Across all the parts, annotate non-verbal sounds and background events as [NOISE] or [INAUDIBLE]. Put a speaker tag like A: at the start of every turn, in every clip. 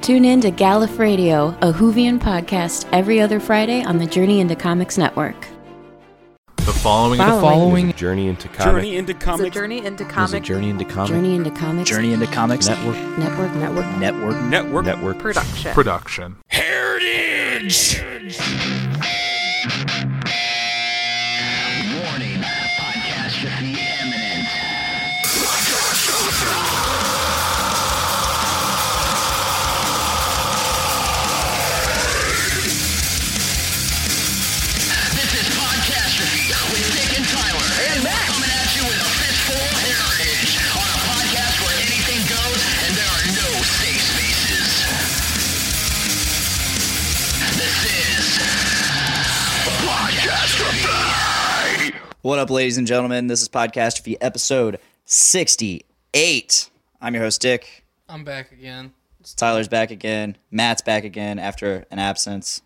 A: Tune in to Gallif Radio, a Hoovian podcast, every other Friday on the Journey into Comics Network.
B: The following.
A: Wow.
C: The following
D: Journey into comic.
E: Journey into
F: It's a
E: comics
F: journey into
G: There's a
F: comic
G: journey into comic
A: Journey into Comics
G: Journey into comics
D: Network.
A: Network Network.
G: network.
E: network.
D: Network.
F: production.
B: Production.
H: What up, ladies and gentlemen? This is Podcastrophe episode 68. I'm your host, Dick.
C: I'm back again.
H: Tyler's back again. Matt's back again after an absence.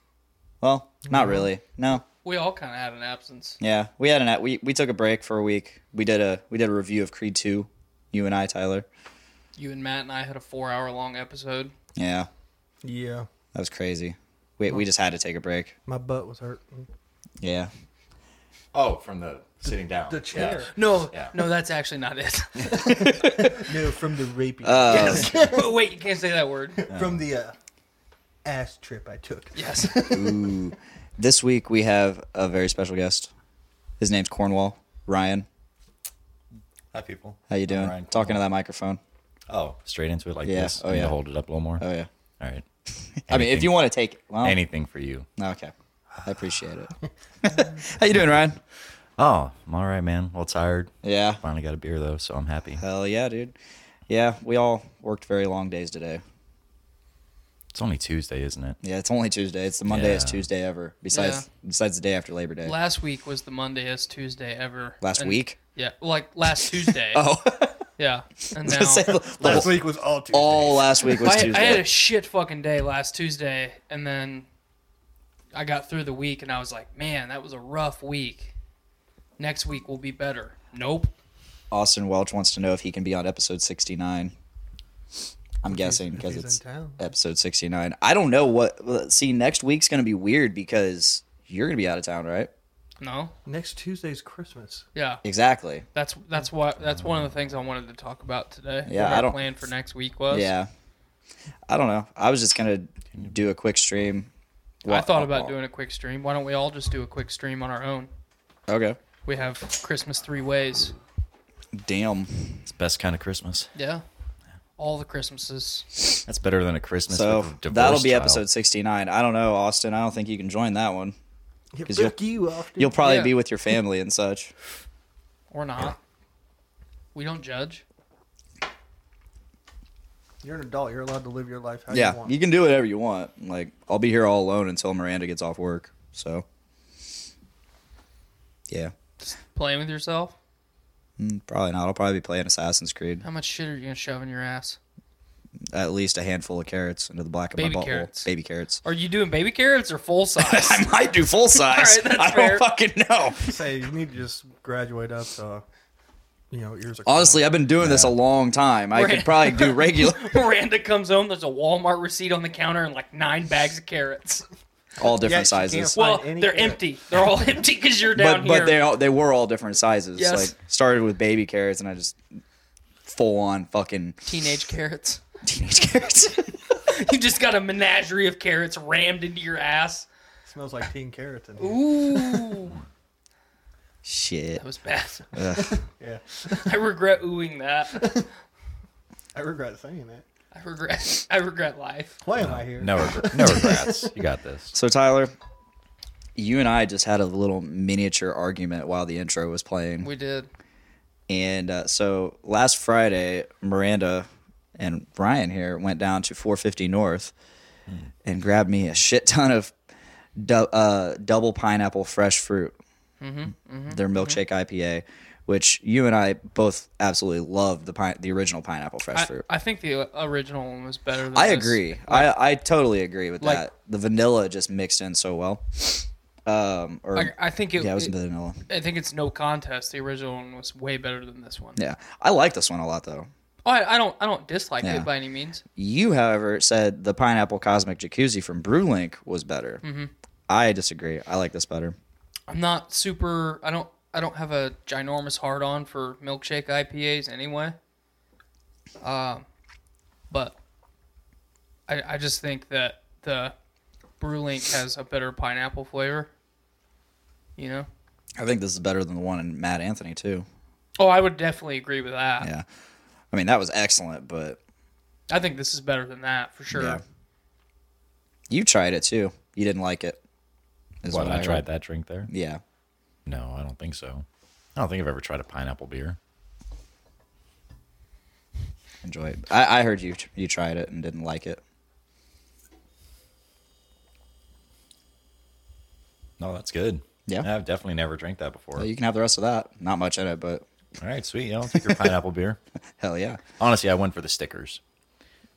H: Well, not really. No.
C: We all kind of had an absence.
H: Yeah. We had an we we took a break for a week. We did a we did a review of Creed 2, you and I, Tyler.
C: You and Matt and I had a four-hour-long episode.
H: Yeah.
I: Yeah,
H: That was crazy. We we just had to take a break.
I: my butt was hurt.
H: Yeah.
D: Oh, from the sitting down.
I: The chair.
C: No, no, that's actually not it.
I: No, from the rapey.
H: Uh,
C: but [LAUGHS] wait, you can't say that word.
I: from the uh, ass trip I took.
C: [LAUGHS] Yes.
H: This week we have a very special guest. His name's Cornwall, Ryan.
D: Hi, people.
H: How you doing?
D: Ryan
H: Talking to that microphone.
D: Oh, straight into it like
H: Yeah,
D: this.
H: oh,
D: You need to
H: yeah.
D: Hold it up a little more.
H: Oh yeah. Oh.
D: All right.
H: I mean, if
D: Anything-
H: you want to take well,
D: anything for you.
H: Okay. I appreciate it.
D: [LAUGHS]
H: How you doing, Ryan?
D: Oh, I'm all right, man. A little tired.
H: Yeah.
D: Finally got a beer though, so I'm happy.
H: Hell yeah, dude. Yeah, we all worked very long days today.
D: It's only Tuesday, isn't it?
H: Yeah, it's only Tuesday. It's the Mondayest
D: Yeah.
H: Tuesday ever. Besides besides the day after Labor
C: [LAUGHS]
H: Day.
C: last week was the Mondayest Tuesday ever.
H: Last
C: And-
H: week? [LAUGHS]
C: Yeah, like last Tuesday.
H: Oh.
C: [LAUGHS]
H: [LAUGHS]
C: Yeah. And now
H: I
C: [LAUGHS]
H: said the- the
I: Last
H: whole-
I: week was all Tuesday.
H: all last week was
C: I,
H: Tuesday.
C: I had a shit fucking day last Tuesday, and then I got through the week, and I was like, man, that was a rough week. Next week will be better. Nope.
H: Austin Welch wants to know if he can be on episode 69. I'm guessing
I: if
H: because
I: he's in
H: it's
I: town.
H: episode 69. I don't know what well, see next week's going to be weird because you're going to be out of town, right?
C: No.
I: Next Tuesday's Christmas.
C: Yeah.
H: Exactly.
C: That's that's what that's one of the things I wanted to talk about today.
H: Yeah,
C: what
H: I
C: our
H: don't-
C: plan for next week was.
H: Yeah. I don't know. I was just going to do a quick stream.
C: I thought
H: uh,
C: about doing a quick stream. Why don't we all just do a quick stream on our own?
H: Okay.
C: We have Christmas three ways.
H: Damn.
D: It's the best kind of Christmas.
C: Yeah. All the Christmases.
D: That's better than a Christmas.
H: So
D: with a divorced
H: that'll be
D: child.
H: episode 69. I don't know, Austin. I don't think you can join that one.
I: Yeah,
H: 'Cause
I: fuck you, Austin.
H: You'll probably
C: Yeah.
H: be with your family
C: [LAUGHS]
H: and such.
C: Or not. We don't judge.
I: You're an adult. You're allowed to live your life how you
H: Yeah.
I: want.
H: You can do whatever you want. Like, I'll be here all alone until Miranda gets off work. So, yeah.
C: Playing with yourself.
H: Mm, Probably not. I'll probably be playing Assassin's Creed.
C: How much shit are you gonna shove in your ass?
H: At least a handful of carrots into the black of
C: Baby
H: my butthole.
C: carrots.
H: Baby carrots.
C: Are you doing baby carrots or full size?
H: [LAUGHS]
C: [LAUGHS]
H: I might do full size.
C: All right, that's
H: I don't
C: fair.
H: fucking know.
I: Say you need to just graduate up. To, you know, ears are.
H: Honestly, I've been doing this a long time. I could
C: Right.
H: probably do
C: [LAUGHS]
H: regular
C: Miranda comes home. There's a Walmart receipt on the counter and like nine bags of carrots.
H: all different
I: Yes, you can't
H: sizes.
I: Find
C: Well,
I: any
C: they're
I: carrot.
C: empty. They're all [LAUGHS] empty because you're down
H: But but they
C: here.
H: all, they were all different sizes.
C: Yes.
H: Like started with baby carrots and I just full on fucking
C: Teenage carrots.
H: teenage [LAUGHS] carrots.
C: You just got a menagerie of carrots rammed into your ass.
I: smells like teen carrots in here.
C: Ooh, [LAUGHS]
H: Shit.
C: that was bad.
I: Yeah, [LAUGHS]
C: I regret oohing that.
I: I regret saying that.
C: I regret. I regret life.
I: Why am I here?
D: No,
H: [LAUGHS]
D: regr- no regrets. you got this.
H: So Tyler, you and I just had a little miniature argument while the intro was playing.
C: We did.
H: And uh, so last Friday, Miranda and Ryan here went down to 450 North
C: Hmm.
H: and grabbed me a shit ton of du- uh, double pineapple fresh fruit,
C: Mm-hmm,
H: their milkshake IPA, which you and I both absolutely love the pine- the original pineapple fresh
C: I,
H: fruit.
C: I think the original one was better. than
H: I
C: this.
H: agree. I, I totally agree with
C: like-
H: that. The vanilla just mixed in so well. Um, or
C: I, I think it.
H: yeah, it was
C: it-
H: vanilla.
C: I think it's no contest. The original one was way better than this one.
H: Yeah, I like this one a lot though.
C: Oh, I, I don't. I don't dislike
H: Yeah.
C: it by any means.
H: You, however, said the pineapple cosmic jacuzzi from Brewlink was better. I disagree. I like this better.
C: I'm not super. I don't. I don't have a ginormous hard on for milkshake IPAs anyway. Um, but I, I just think that the Brewlink has a better pineapple flavor. You know.
H: I think this is better than the one in Matt Anthony too.
C: Oh, I would definitely agree with that.
H: Yeah, I mean that was excellent, but
C: I think this is better than that for sure.
H: Yeah. you tried it too. You didn't like it. is
D: What, I
H: heard.
D: tried that drink there?
H: Yeah,
D: No, I don't think so. I don't think I've ever tried a pineapple beer.
H: enjoy it. I, I heard you you tried it and didn't like it.
D: No, that's good.
H: Yeah.
D: I've definitely never drank that before.
H: Well, you can have the rest of that. Not much in it, but
D: All right, sweet. Yeah, I'll
H: [LAUGHS]
D: take your pineapple beer.
H: hell yeah.
D: Honestly, I went for the stickers.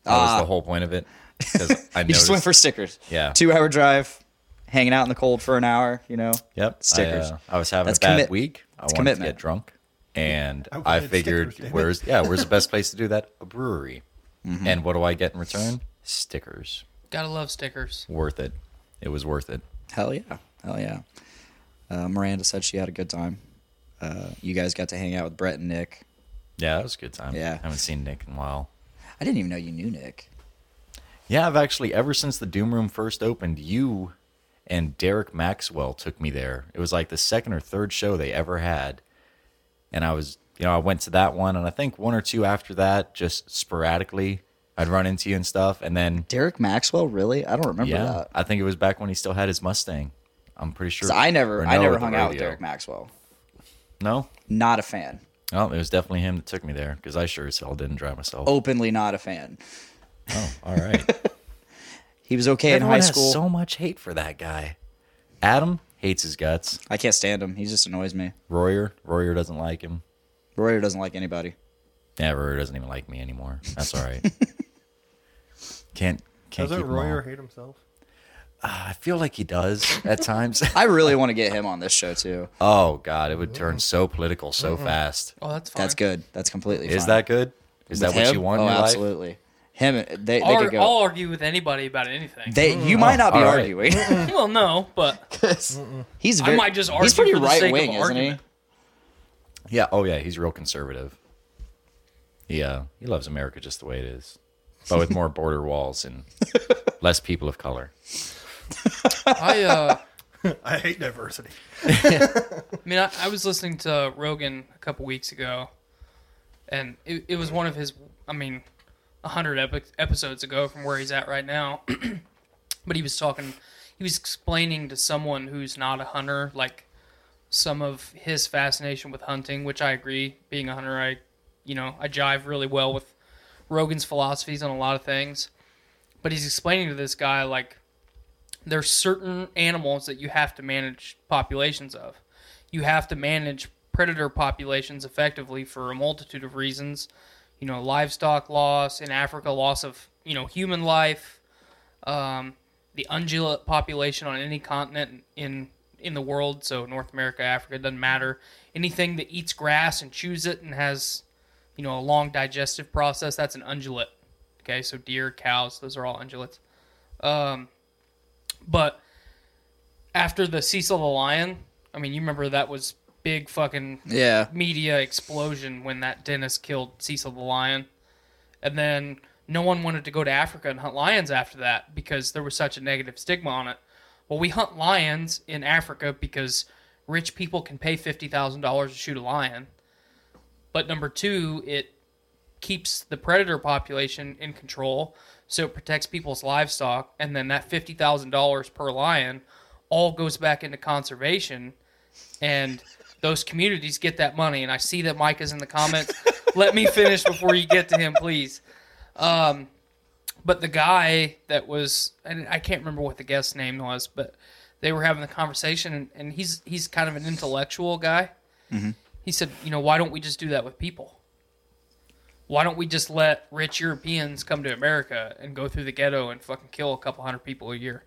D: That was the whole point of it.
H: [LAUGHS]
D: 'cause I
H: Ah. You just went
D: noticed-
H: for stickers.
D: Yeah.
H: Two hour drive, hanging out in the cold for an hour, you know?
D: Yep. I,
H: Stickers.
D: uh, I, was having
H: That's
D: a bad
H: commit-
D: week. I
H: that's
D: wanted to
H: commitment.
D: get drunk, and
I: I
D: I,
I: wanted
D: figured,
I: stickers, damn it.
D: where's yeah, where's the best place to do that? A brewery.
H: Mm-hmm.
D: And what do I get in return? Stickers.
C: Gotta love stickers.
D: Worth it. It was worth it.
H: Hell yeah. Hell yeah. Uh, Miranda said she had a good time. Uh, you guys got to hang out with Brett and Nick.
D: Yeah, that was a good time.
H: Yeah.
D: I haven't seen Nick in a while.
H: I didn't even know you knew Nick.
D: Yeah, I've actually ever since the Doom Room first opened, you and Derek Maxwell took me there. It was like the second or third show they ever had. And I was, you know, I went to that one and I think one or two after that just sporadically I'd run into you and stuff and then
H: Derek Maxwell, really? I don't remember
D: yeah,
H: that.
D: I think it was back when he still had his Mustang. I'm pretty sure.
H: 'Cause I never
D: or
H: I
D: no,
H: never
D: the
H: hung out with
D: radio.
H: Derek Maxwell.
D: No?
H: Not a fan.
D: No, it was definitely him that took me there because I sure as hell didn't drive myself.
H: Openly not a fan.
D: Oh, all right.
H: He was okay [LAUGHS]
D: Everyone
H: in high
D: has
H: school.
D: so much hate for that guy. Adam hates his guts.
H: I can't stand him. He just annoys me.
D: Royer. Royer doesn't like him.
H: Royer doesn't like anybody.
D: Yeah, Royer doesn't even like me anymore. That's all right. can't can't
I: Doesn't
D: keep
I: Royer
D: Royer.
I: hate himself?
D: I feel like he does at times. [LAUGHS]
H: I really want to get him on this show too.
D: oh God, it would turn so political so fast.
C: Oh, that's fine.
H: That's good. That's completely
D: Is
H: fine.
D: that good? Is that
H: With
D: what
H: him?
D: you want
H: Oh,
D: in your life?
H: absolutely. Him, they, they
C: Ar-
H: could go.
C: I'll argue with anybody about anything. [LAUGHS]
H: they, you might not be
D: all right.
H: arguing.
C: well, no, but
H: he's
C: I
H: very,
C: might just
H: he's
C: argue
H: pretty
C: for the
H: right
C: sake of
H: wing, isn't he?
C: argument.
D: Yeah. Oh yeah, he's real conservative. Yeah, he loves America just the way it is, but with more border walls and less people of color.
C: I uh.
I: I hate diversity.
C: I mean, I, I was listening to Rogan a couple weeks ago, and it, it was one of his, I mean, 100 epi- episodes ago from where he's at right now. [CLEARS THROAT] but he was talking, he was explaining to someone who's not a hunter, like, some of his fascination with hunting, which I agree. Being a hunter, I, you know, I jive really well with Rogan's philosophies on a lot of things. But he's explaining to this guy, like, there's certain animals that you have to manage populations of you have to manage predator populations effectively for a multitude of reasons. You know, livestock loss in Africa, loss of you know human life, um, the ungulate population on any continent in in the world. So North America, Africa doesn't matter. Anything that eats grass and chews it and has you know a long digestive process that's an ungulate. Okay, so deer, cows, those are all ungulates. Um, but after the Cecil the Lion, I mean, you remember that was big fucking
H: Yeah.
C: media explosion when that dentist killed Cecil the lion. And then no one wanted to go to Africa and hunt lions after that because there was such a negative stigma on it. Well, we hunt lions in Africa because rich people can pay $50,000 to shoot a lion. But number two, it keeps the predator population in control, so it protects people's livestock, and then that fifty thousand dollars per lion all goes back into conservation, and those communities get that money. And I see that Mike is in the comments. Let me finish before you get to him, please. Um, but the guy that was, and I can't remember what the guest's name was, but they were having the conversation, and, and he's he's kind of an intellectual guy.
H: Mm-hmm.
C: He said, you know, why don't we just do that with people? why don't we just let rich Europeans come to America and go through the ghetto and fucking kill a couple hundred people a year?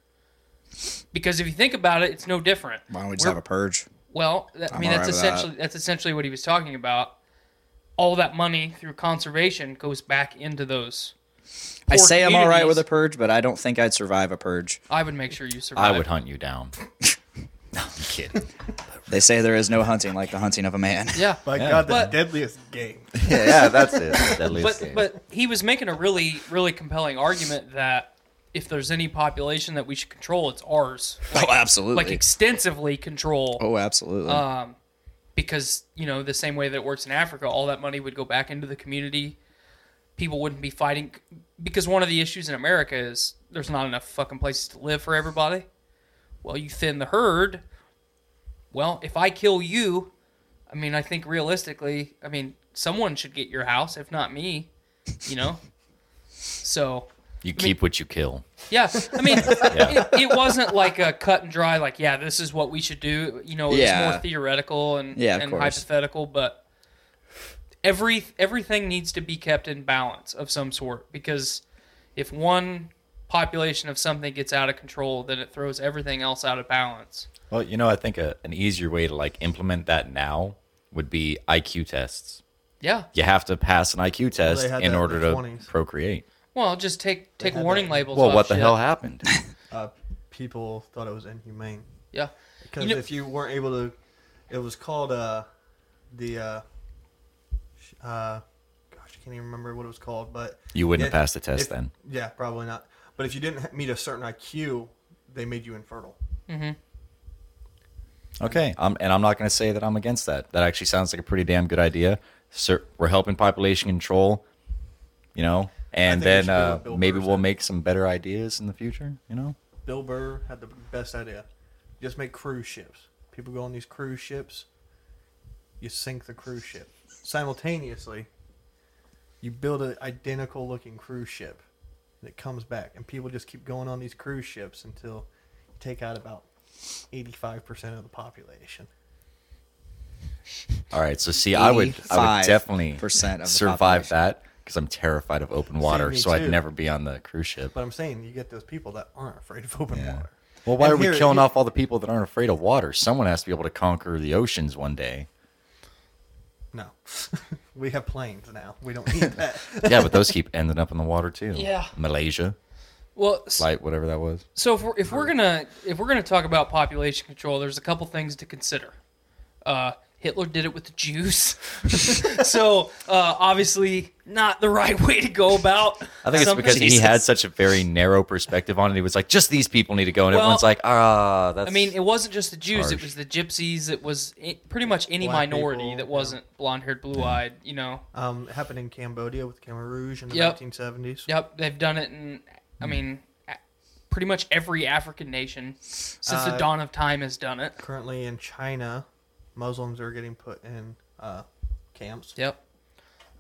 C: Because if you think about it, it's no different.
H: Why don't we just
C: We're-
H: have a purge?
C: well, that, I
H: I'm
C: mean
H: all
C: that's
H: right with that.
C: essentially that's essentially what he was talking about. all that money through conservation goes back into those.
H: I
C: poor
H: say I'm all right with a
C: communities.
H: purge, but I don't think I'd survive a purge.
C: I would make sure you survive.
D: I would hunt you down. no, I'm kidding.
H: They say there is no hunting like the hunting of a man. [LAUGHS]
C: Yeah,
I: By God, the
C: But-
I: deadliest game.
D: yeah, yeah, that's it. Deadliest
C: but
D: game.
C: but he was making a really really compelling argument that if there's any population that we should control, it's ours.
H: Oh, absolutely.
C: Like extensively control.
H: oh, absolutely.
C: um, because you know the same way that it works in Africa, all that money would go back into the community. People wouldn't be fighting because one of the issues in America is there's not enough fucking places to live for everybody. Well, you thin the herd. Well, if I kill you, I mean, I think realistically, I mean, someone should get your house, if not me, you know. So
D: you keep what you kill.
C: yeah, I mean, It, it wasn't like a cut and dry. Like, yeah, this is what we should do. You know, it's
H: Yeah.
C: more theoretical and,
H: Yeah, of
C: and
H: course.
C: hypothetical, but every everything needs to be kept in balance of some sort because if one population of something gets out of control, then it throws everything else out of balance.
D: Well, you know, I think a, an easier way to like implement that now would be IQ tests.
C: Yeah.
D: You have to pass an IQ test
I: had
D: in
I: that in
D: order
I: the
D: to
I: 20s.
D: procreate.
C: Well, just take take
I: had
C: warning
I: that.
C: labels.
D: Well,
C: off
D: what the
C: shit.
D: hell happened?
I: Uh, people thought it was inhumane
C: Yeah.
I: because
C: You know-
I: if you weren't able to, it was called uh, the uh, sh- uh, gosh, I can't even remember what it was called, but
D: You wouldn't
I: Yeah,
D: have passed the test
I: if-
D: then.
I: Yeah, probably not. But if you didn't ha- meet a certain IQ, they made you infertile.
D: [LAUGHS] Okay, I'm, and I'm not going to say that I'm against that. That actually sounds like a pretty damn good idea. Sir, we're helping population control, you know, and
I: think we should
D: then
I: do what
D: uh,
I: Bill
D: maybe
I: Burr
D: we'll
I: said.
D: make some better ideas in the future, you know.
I: Bill Burr had the best idea. Just make cruise ships. People go on these cruise ships. You sink the cruise ship. Simultaneously, you build an identical looking cruise ship and it comes back. And people just keep going on these cruise ships until you take out about 85% of the population.
D: All right, so see, I would, I would
H: 85%
D: definitely
H: of the
D: survive
H: population.
D: that because I'm terrified of open water,
I: me
D: so I'd
I: too.
D: never be on the cruise ship.
I: But I'm saying you get those people that aren't afraid of open
D: Yeah.
I: water.
D: Well, why
I: And
D: are we
I: here-
D: killing
I: here-
D: off all the people that aren't afraid of water? Someone has to be able to conquer the oceans one day.
I: No. [LAUGHS] we have planes now. We don't need
D: [LAUGHS]
I: that.
D: Yeah, but those keep ending up in the water too.
C: Yeah.
D: Malaysia,
C: Well, s-
D: like whatever that was.
C: So if we're, if we're gonna if we're gonna talk about population control, there's a couple things to consider. Uh, Hitler did it with the Jews, [LAUGHS] so uh, obviously not the right way to go about.
D: I think it's
C: something.
D: because he had such a very narrow perspective on it. He was like, just these people need to go, and
C: Well,
D: everyone's like, ah, that's.
C: I mean, it wasn't just the Jews;
D: harsh.
C: it was the Gypsies. It was i- pretty much any
I: Black
C: minority
I: people,
C: that
I: yeah.
C: wasn't blonde-haired, blue-eyed. You know,
I: Um, it happened in Cambodia with Khmer Rouge in the
C: Yep.
I: 1970s.
C: yep, they've done it in. I
D: Hmm.
C: mean, a- pretty much every African nation since the
I: Uh,
C: dawn of time has done it.
I: currently in China, Muslims are getting put in uh, camps.
C: Yep.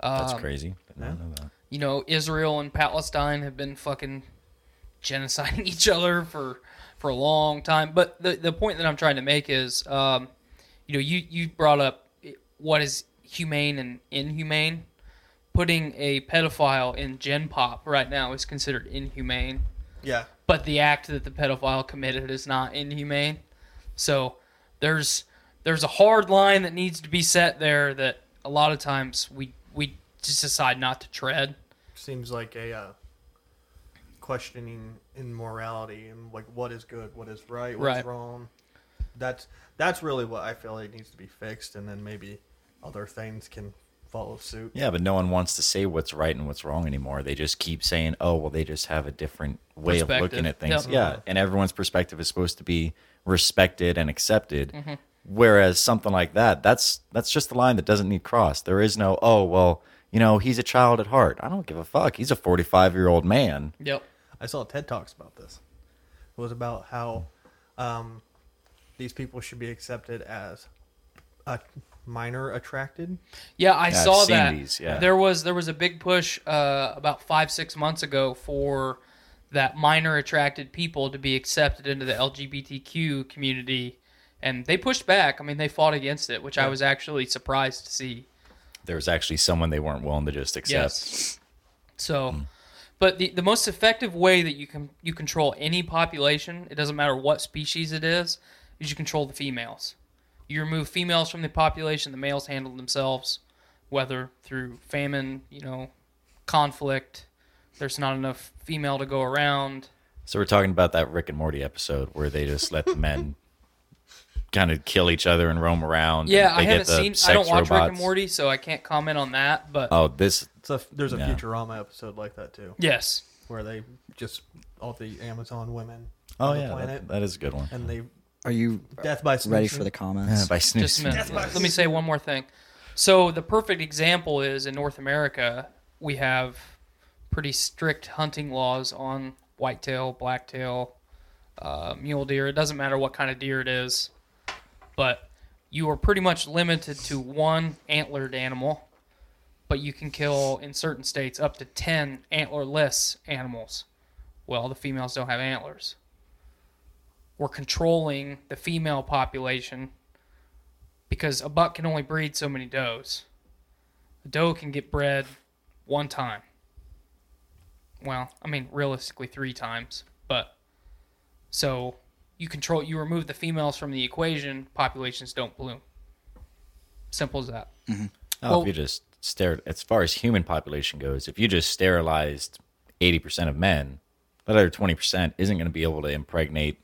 D: that's
C: um,
D: crazy. I did not know that.
C: you know, Israel and Palestine have been fucking genociding [LAUGHS] each other for for a long time. But the the point that I'm trying to make is, um, you know, you you brought up what is humane and inhumane. Putting a pedophile in Gen Pop right now is considered inhumane,
I: Yeah.
C: but the act that the pedophile committed is not inhumane. So there's there's a hard line that needs to be set there that a lot of times we we just decide not to tread.
I: Seems like a uh, questioning in morality and like what is good, what is right, what's
C: Right.
I: wrong. That's that's really what I feel like needs to be fixed, and then maybe other things can follow suit.
D: Yeah, but no one wants to say what's right and what's wrong anymore. They just keep saying, "Oh, well, they just have a different way of
C: Perspective.
D: looking at things."
C: Yep. Mm-hmm.
D: Yeah, and everyone's perspective is supposed to be respected and accepted.
C: Mm-hmm.
D: Whereas something like that, that's that's just the line that doesn't need crossed. There is no, "Oh, well, you know, he's a child at heart." I don't give a fuck. He's a 45-year-old man.
C: Yep.
I: I saw TED Talks about this. It was about how um, these people should be accepted as a minor attracted.
C: Yeah, I
D: Yeah, I've
C: saw
D: seen
C: that.
D: these, yeah.
C: There was there was a big push uh, about five six months ago for that minor attracted people to be accepted into the LGBTQ community, and they pushed back. I mean, they fought against it, which I was actually surprised to see.
D: There was actually someone they weren't willing to just accept.
C: Yes. So,
D: Hmm.
C: but the, the most effective way that you can you control any population, it doesn't matter what species it is, is you control the females. You remove females from the population, the males handle themselves. whether through famine, you know, conflict, there's not enough female to go around.
D: So we're talking about that Rick and Morty episode where they just let the
C: [LAUGHS]
D: men kind of kill each other and roam around.
C: Yeah,
D: They
C: I haven't
D: the
C: seen. I
D: sex
C: don't watch Rick and
D: robots.
C: Morty, so I can't comment on that. But
D: Oh, this
I: It's a, there's a
D: Yeah.
I: Futurama episode like that too,
C: yes,
I: where they just all the Amazon women
D: Oh
I: on the
D: yeah,
I: planet,
D: that, that is a good one.
I: and they
H: Are you
I: death by
H: Uh, ready
I: snitching.
H: for the
D: Yeah,
H: comments?
D: by
C: just a
D: Snooze.
C: minute. Let me say one more thing. So the perfect example is in North America, we have pretty strict hunting laws on whitetail, blacktail, uh, mule deer. It doesn't matter what kind of deer it is, but you are pretty much limited to one antlered animal. But you can kill in certain states up to ten antlerless animals. Well, the females don't have antlers. We're controlling the female population because a buck can only breed so many does. A doe can get bred one time. Well, I mean, realistically, three times. But so you control, you remove the females from the equation, populations don't bloom. Simple as that.
D: Oh, if you just stare, as far as human population goes, if you just sterilized eighty percent of men, that other twenty percent isn't going to be able to impregnate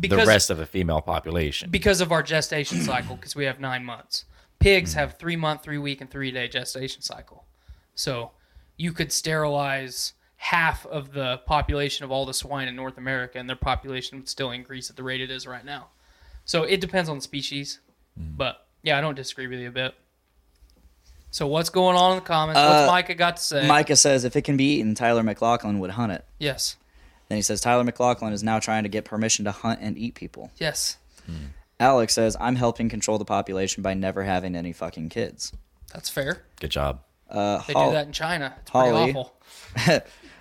C: Because,
D: the rest of the female population.
C: because of our gestation cycle, because we have nine months. Pigs have three month, three week, and three day gestation cycle. So you could sterilize half of the population of all the swine in North America, and their population would still increase at the rate it is right now. So it depends on the species. But yeah, I don't disagree with you a bit. So what's going on in the comments?
H: Uh,
C: What's Micah got to say?
H: Micah says if it can be eaten, Tyler McLaughlin would hunt it.
C: yes,
H: Then he says Tyler McLaughlin is now trying to get permission to hunt and eat people.
C: yes,
H: Alex says I'm helping control the population by never having any fucking kids.
C: that's fair.
D: Good job.
H: Uh,
C: They
H: Hol-
C: do that in China. It's pretty
H: Holly.
C: awful.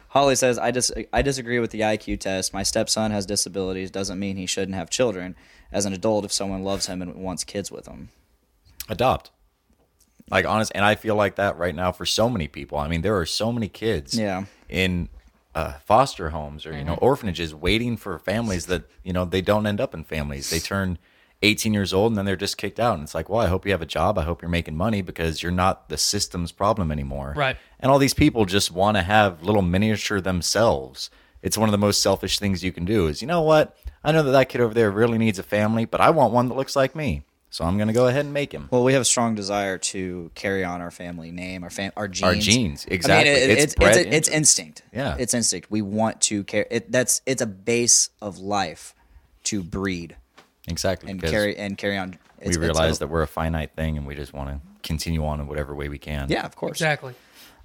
H: Holly says, I, dis- I disagree with the IQ test. My stepson has disabilities. Doesn't mean he shouldn't have children. As an adult, if someone loves him and wants kids with him.
D: Adopt. Like honest, and I feel like that right now for so many people. I mean, there are so many kids.
H: Yeah.
D: In uh, foster homes or you know orphanages waiting for families that you know they don't end up in families they turn 18 years old and then they're just kicked out and it's like well i hope you have a job i hope you're making money because you're not the system's problem anymore
C: Right.
D: and all these people just want to have little miniature themselves it's one of the most selfish things you can do is you know what i know that that kid over there really needs a family but i want one that looks like me so i'm going to go ahead and make him
H: Well, we have a strong desire to carry on our family name, our fam- our genes.
D: genes,
H: I mean,
D: exactly.
H: it- it-
D: It's
H: it's, it's,
D: bred
H: it's,
D: into it.
H: instinct.
D: Yeah.
H: It's instinct. We want to carry it. That's it's a base of life to breed
D: exactly
H: and
D: because
H: carry and carry on. It's,
D: we
H: it's
D: realize
H: a-
D: that we're a finite thing and we just want to continue on in whatever way we can
H: Yeah, of course.
C: Exactly.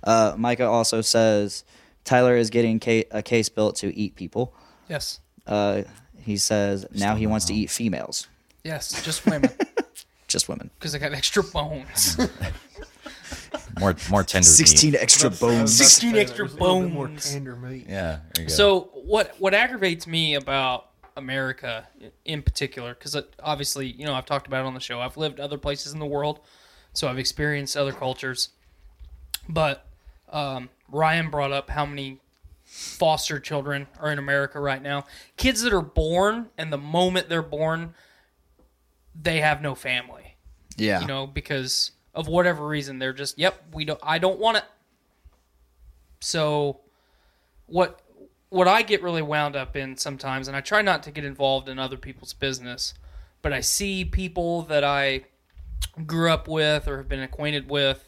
H: Uh, Micah also says Tyler is getting ca- a case built to eat people.
C: Yes.
H: Uh, he says now he wants to eat females,
C: Yes. Just women
H: just women.
C: because they got [LAUGHS] extra bones.
D: more more tender meat.
H: 16 extra bones.
C: 16 extra
I: There's a little bit more
C: bones.
I: tender meat.
D: Yeah. there you go.
C: So what what aggravates me about America in particular, because obviously you know I've talked about it on the show. I've lived other places in the world, so I've experienced other cultures. But um, Ryan brought up how many foster children are in America right now. Kids that are born, and the moment they're born, they have no family
H: Yeah.
C: you know because of whatever reason they're just yep we don't i don't want it so what what i get really wound up in sometimes and i try not to get involved in other people's business but i see people that i grew up with or have been acquainted with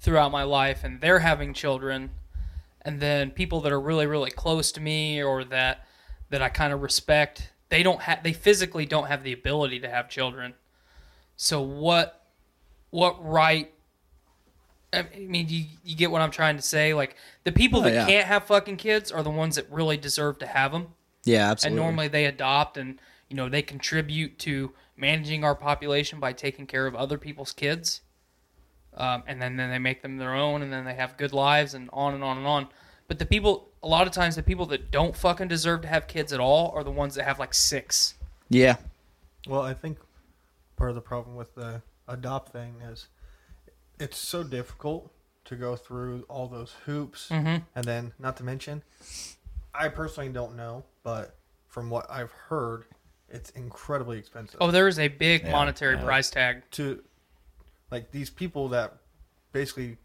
C: throughout my life and they're having children and then people that are really really close to me or that that i kind of respect they don't have they physically don't have the ability to have children so what what right I mean you, you get what I'm trying to say like the people that
H: yeah.
C: can't have fucking kids are the ones that really deserve to have them
H: yeah,
C: and
H: absolutely.
C: normally they adopt and you know they contribute to managing our population by taking care of other people's kids um, and then, then they make them their own and then they have good lives and on and on and on but the people a lot of times the people that don't fucking deserve to have kids at all are the ones that have like six
H: yeah.
I: Well, I think part of the problem with the adopt thing is it's so difficult to go through all those hoops,
H: Mm-hmm.
I: and then not to mention, I personally don't know, but from what I've heard, it's incredibly expensive
C: oh there is a big monetary
D: yeah.
C: price tag
I: to like these people that basically,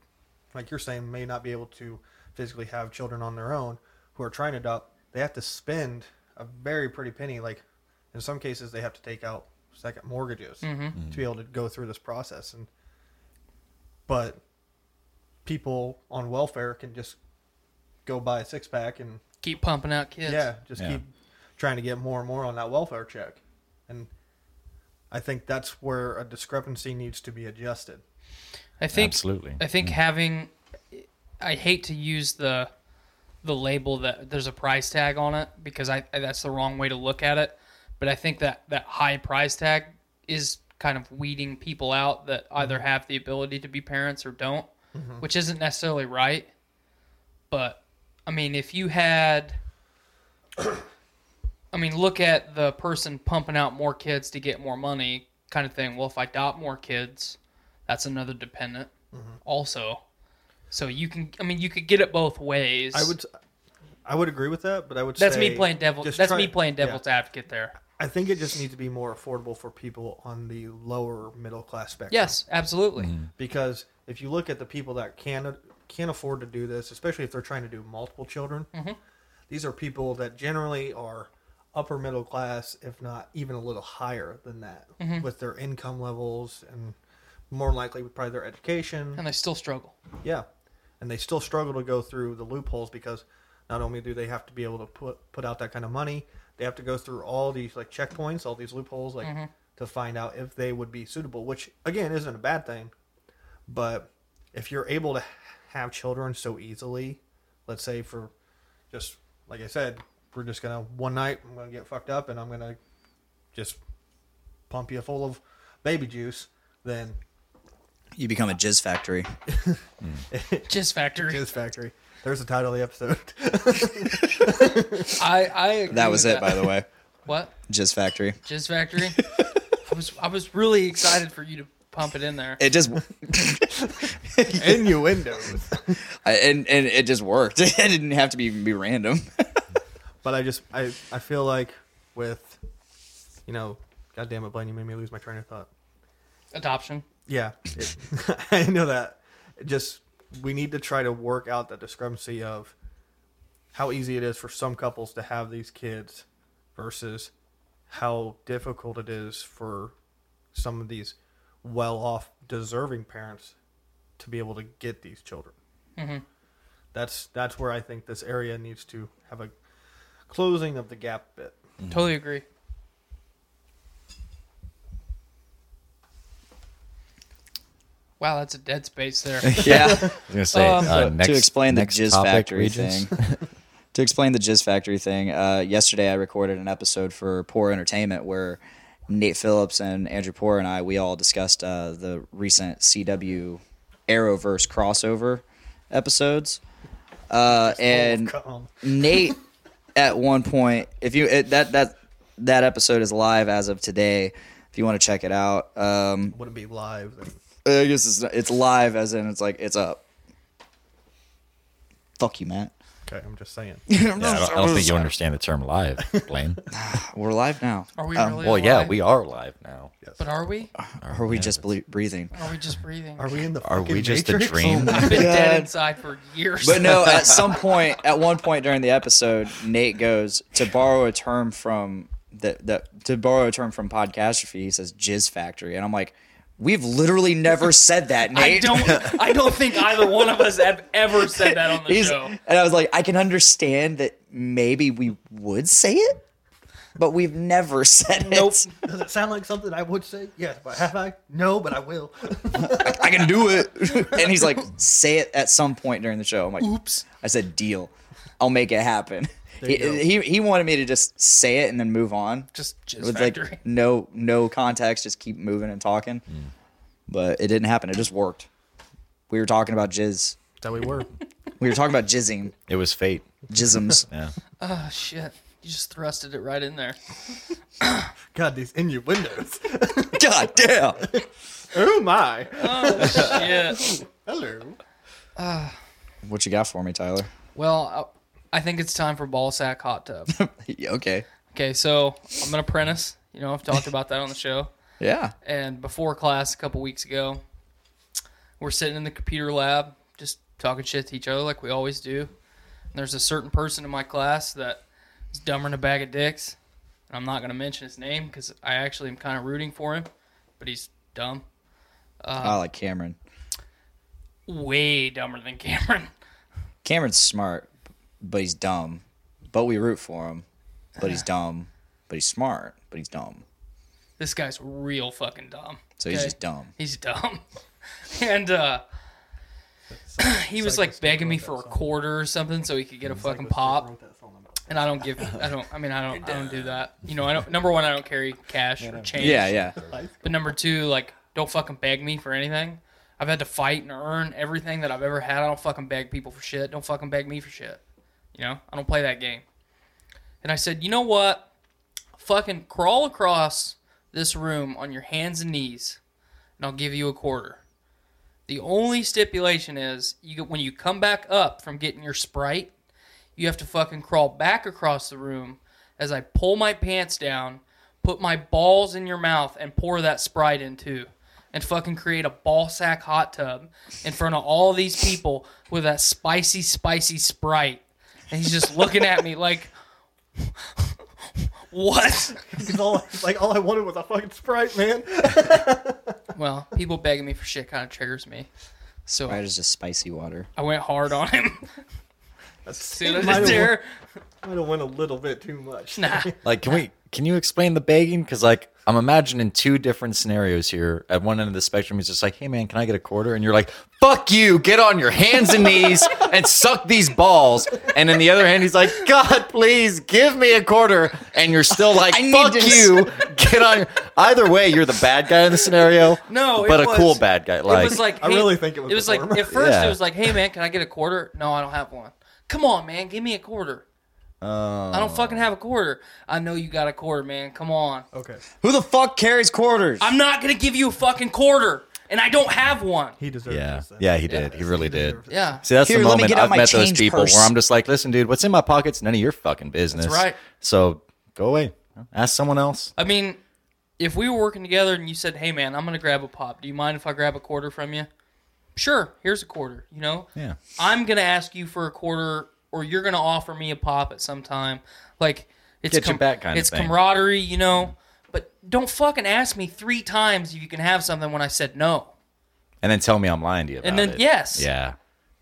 I: like you're saying, may not be able to physically have children on their own who are trying to adopt, they have to spend a very pretty penny. Like in some cases, they have to take out second mortgages to be able to go through this process. And but people on welfare can just go buy a six pack and
C: Keep pumping out kids.
I: yeah, just
D: Yeah.
I: keep trying to get more and more on that welfare check. And I think that's where a discrepancy needs to be adjusted.
C: I think uh,
D: Absolutely.
C: I think having I hate to use the the label that there's a price tag on it because I that's the wrong way to look at it. But I think that that high price tag is kind of weeding people out that either have the ability to be parents or don't, which isn't necessarily right. But I mean, if you had I mean, look at the person pumping out more kids to get more money kind of thing. Well, if I adopt more kids, that's another dependent
I: Mm-hmm.
C: also. So you can, I mean, you could get it both ways.
I: I would, I would agree with that, but I would.
C: That's
I: say
C: me playing devil.
I: just
C: That's
I: try-
C: me playing
I: yeah.
C: devil's advocate there.
I: I think it just needs to be more affordable for people on the lower middle class spectrum.
C: Yes, absolutely.
H: Mm-hmm.
I: because if you look at the people that can can afford to do this, especially if they're trying to do multiple children, these are people that generally are upper middle class, if not even a little higher than that, with their income levels and more likely with probably their education.
C: And they still struggle.
I: Yeah, and they still struggle to go through the loopholes because not only do they have to be able to put put out that kind of money, they have to go through all these like checkpoints, all these loopholes, like to find out if they would be suitable. Which again isn't a bad thing, but if you're able to have children so easily, let's say for just like I said, we're just gonna one night I'm gonna get fucked up and I'm gonna just pump you full of baby juice, then [LAUGHS]
H: You become a jizz factory.
C: Just factory.
I: Jizz Factory. There's the title of the episode.
C: [LAUGHS] I, I agree
H: That was
C: with
H: it, by the
C: [LAUGHS]
H: way.
C: What?
H: Jizz factory.
C: Jizz
H: [LAUGHS]
C: factory. I was, I was really excited for you to pump it in there.
H: It just
I: Innuendos.
H: I, and and it just worked. [LAUGHS] It didn't have to be be random.
I: But I just I I feel like with you know, God damn it, Blaine, you made me lose my train of thought.
C: Adoption.
I: Yeah, [LAUGHS] it- I know that. It just we need to try to work out the discrepancy of how easy it is for some couples to have these kids versus how difficult it is for some of these well-off, deserving parents to be able to get these children. That's that's where I think this area needs to have a closing of the gap bit.
C: Totally agree. Wow, that's a dead space
H: [LAUGHS]
C: there.
H: Yeah.
D: I was gonna
C: Um,
D: say, uh,
H: to
D: next-
H: explain the
D: next
H: jizz
D: topic,
H: factory
D: Regis? [LAUGHS]
H: thing. [LAUGHS] to explain the jizz factory thing, uh, yesterday I recorded an episode for Poor Entertainment where Nate Phillips and Andrew Poor and I we all discussed uh, the recent CW Arrowverse crossover episodes. Uh, and
I: Um,
H: Nate at one point, if you it, that that that episode is live as of today. If you want to check it out, um,
I: wouldn't be live. then.
H: I guess it's it's live, as in it's like it's up. Fuck you,
C: [LAUGHS]
H: Matt.
I: Okay, I'm just
D: [LAUGHS]
I: saying.
D: Yeah, I, don't, I don't think you understand the term live,
C: [LAUGHS]
D: Blaine.
H: We're live now. Um,
C: Are we really?
D: well, yeah,
C: alive?
D: we are live now.
C: But are we?
H: Or are we just ble-
C: [LAUGHS]
H: breathing?
C: Are we just breathing?
I: Are we in the?
D: Are we
I: fucking
D: just
I: Matrix?
D: a
I: [LAUGHS]
D: dream?
C: I've been dead
H: God.
C: inside for years.
H: But no, at some point, at one point during the episode, Nate goes to borrow a term from the, the to borrow a term from podcastrophe. He says "jizz factory," and I'm like, we've literally never said
C: [LAUGHS] [LAUGHS]
H: that,
C: I
H: Nate.
C: don't. I don't think either one of us have ever said that on the
H: [LAUGHS] He's-
C: show.
H: and I was like, I can understand that maybe we would say it, but we've never said
C: Nope.
H: it.
I: Does it sound like something I would say? Yes, but have I? No, but I will.
C: [LAUGHS]
H: I can do it. [LAUGHS] and he's like, say it at some point during the show. I'm like, oops. I said, deal. I'll make it happen. He,
I: you go.
H: he he wanted me to just say it and then move on.
C: Just
H: It
C: jizz
H: was
C: factory.
H: like no no context, just keep moving and talking. But it didn't happen. It just worked. We were talking about jizz.
I: That we were.
H: [LAUGHS] We were talking about jizzing,
D: It was fate.
I: [LAUGHS]
H: jisms.
D: Yeah.
C: oh shit! You just thrusted it right in there.
I: God, these [LAUGHS] innuendos.
H: God damn.
I: oh my.
C: Yeah.
I: Hello.
H: What you got for me, Tyler? [LAUGHS]
C: Well, I I think it's time for ball sack hot
H: [LAUGHS]
C: tub.
H: Yeah, okay.
C: Okay, so I'm an apprentice. You know, I've talked about that on the show.
H: Yeah.
C: and before class a couple weeks ago, We're sitting in the computer lab, just talking shit to each other like we always do. And there's a certain person in my class that is dumber than a bag of dicks. And I'm not going to mention his name because I actually am kind of rooting for him, but he's dumb.
I: Uh,
H: I like Cameron.
C: Way dumber than [LAUGHS] Cameron.
H: Cameron's smart, but he's dumb. But we root for him.
C: [SIGHS]
H: But he's dumb. But he's smart. But he's dumb.
C: This guy's real fucking dumb.
H: So he's
C: okay?
H: just dumb.
C: He's dumb. [LAUGHS] and uh, [CLEARS THROAT] he was like begging me for a quarter or something so he could get a fucking pop. And I don't give. I don't. I mean, I don't. I don't do that. You know, I don't. Number one, I don't carry cash or change.
H: Yeah, yeah.
C: But number two, like, don't fucking beg me for anything. I've had to fight and earn everything that I've ever had. I don't fucking beg people for shit. Don't fucking beg me for shit. You know, I don't play that game. And I said, you know what? Fucking crawl across this room on your hands and knees, and I'll give you a quarter. The only stipulation is you when you come back up from getting your sprite, you have to fucking crawl back across the room as I pull my pants down, put my balls in your mouth, and pour that Sprite into, and fucking create a ball sack hot tub in front of all these people with that spicy, spicy Sprite. And he's just looking at me like, [LAUGHS] what?
I: Because all, like, all I wanted was a fucking Sprite, man.
C: Well, people begging me for shit kind of triggers me. So
H: Right is just spicy water.
C: I went hard on him. [LAUGHS]
I: That's,
C: Dude, I
I: might
C: just
I: have
C: there.
I: went- might have went a little bit too much.
C: Nah.
D: Like, can we? Can you explain the begging? Because like, I'm imagining two different scenarios here. At one end of the spectrum, he's just like, "Hey man, can I get a quarter?" And you're like, "Fuck you! Get on your hands and knees and suck these balls." And in the other hand, he's like, "God, please give me a quarter." And you're still like,
H: I need
D: "Fuck
H: this."
D: you! Get on." Your... Either way, you're the bad guy in the scenario.
C: No, it
D: but a
C: was-
D: cool bad guy. Like,
C: it was like
I: I
C: hey-
I: really think it was
C: It was
I: the
C: like
I: former.
C: at first
D: Yeah.
C: it was like, "Hey man, can I get a quarter?" No, I don't have one. Come on, man, give me a quarter. I don't fucking have a quarter. I know you got a quarter, man. Come on.
I: Okay.
H: Who the fuck carries quarters?
C: I'm not gonna give you a fucking quarter, and I don't have one.
I: He deserved
D: yeah,
I: this. Then.
D: yeah, he did. He really did.
C: Yeah,
D: See, that's
H: Here,
D: the
H: let me
D: moment
H: get out
D: I've
H: my
D: met those
H: change
D: people
H: purse.
D: where I'm just like, listen, dude, what's in my pocket's none of your fucking business.
C: right.
D: So go away. Ask someone else.
C: I mean, if we were working together and you said, "Hey man, I'm gonna grab a pop. Do you mind if I grab a quarter from you?" Sure. Here's a quarter. You know.
D: Yeah.
C: I'm gonna ask you for a quarter, or you're gonna offer me a pop at some time. Like it's
D: Get your back kind of
C: it's
D: thing.
C: camaraderie, you know. But don't fucking ask me three times if you can have something when I said no.
D: And then tell me I'm lying to you. About
C: And then,
D: it.
C: yes.
D: Yeah.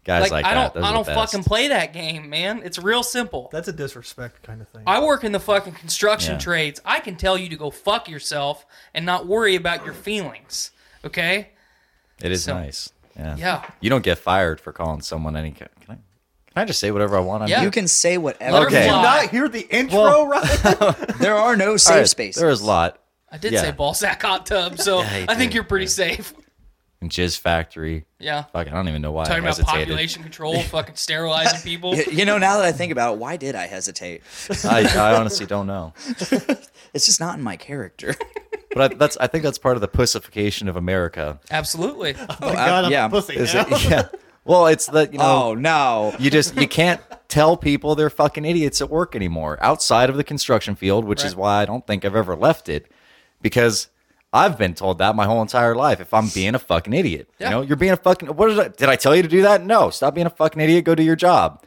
D: Guys like,
C: I don't,
D: that. Those
C: I
D: are
C: don't
D: the best.
C: fucking play that game, man. It's real simple.
I: That's a disrespect kind of thing.
C: I work in the fucking construction
D: Yeah.
C: trades. I can tell you to go fuck yourself and not worry about your feelings. Okay?
D: It is
C: so-
D: nice. Yeah.
C: Yeah.
D: You don't get fired for calling someone any. Can I? Can I just say whatever I want? on
C: Yeah.
D: you?
H: You can say whatever.
D: Okay.
I: Did
C: Butterfly.
I: you not hear the intro,
C: [LAUGHS]
D: Well-
I: right?
H: There are no
D: All
H: safe
D: right,
H: spaces.
D: There is a lot.
C: I did
D: Yeah.
C: say ball sack hot tub, so
D: you
C: I think
D: did.
C: you're pretty safe.
D: And Jizz Factory.
C: Yeah.
D: Fuck, I don't even know why
C: Talking
D: I
C: about
D: hesitated.
C: population control, fucking sterilizing people.
H: Y- You know, now that I think about it, why did I hesitate?
D: I, [LAUGHS] I honestly don't know.
H: It's just not in my character.
D: But I, that's. I think that's part of the pussification of America.
C: Absolutely.
H: Oh,
I: God, I'm
H: yeah.
I: pussy
D: Is
I: now.
D: it? [LAUGHS] Yeah. Well, it's that you know.
H: Oh no.
D: you just you can't tell people they're fucking idiots at work anymore outside of the construction field which is
C: Right.
D: why i don't think i've ever left it because i've been told that my whole entire life if i'm being a fucking idiot
C: Yeah.
D: you know you're being a fucking what did I, did I tell you to do that no stop being a fucking idiot go do your job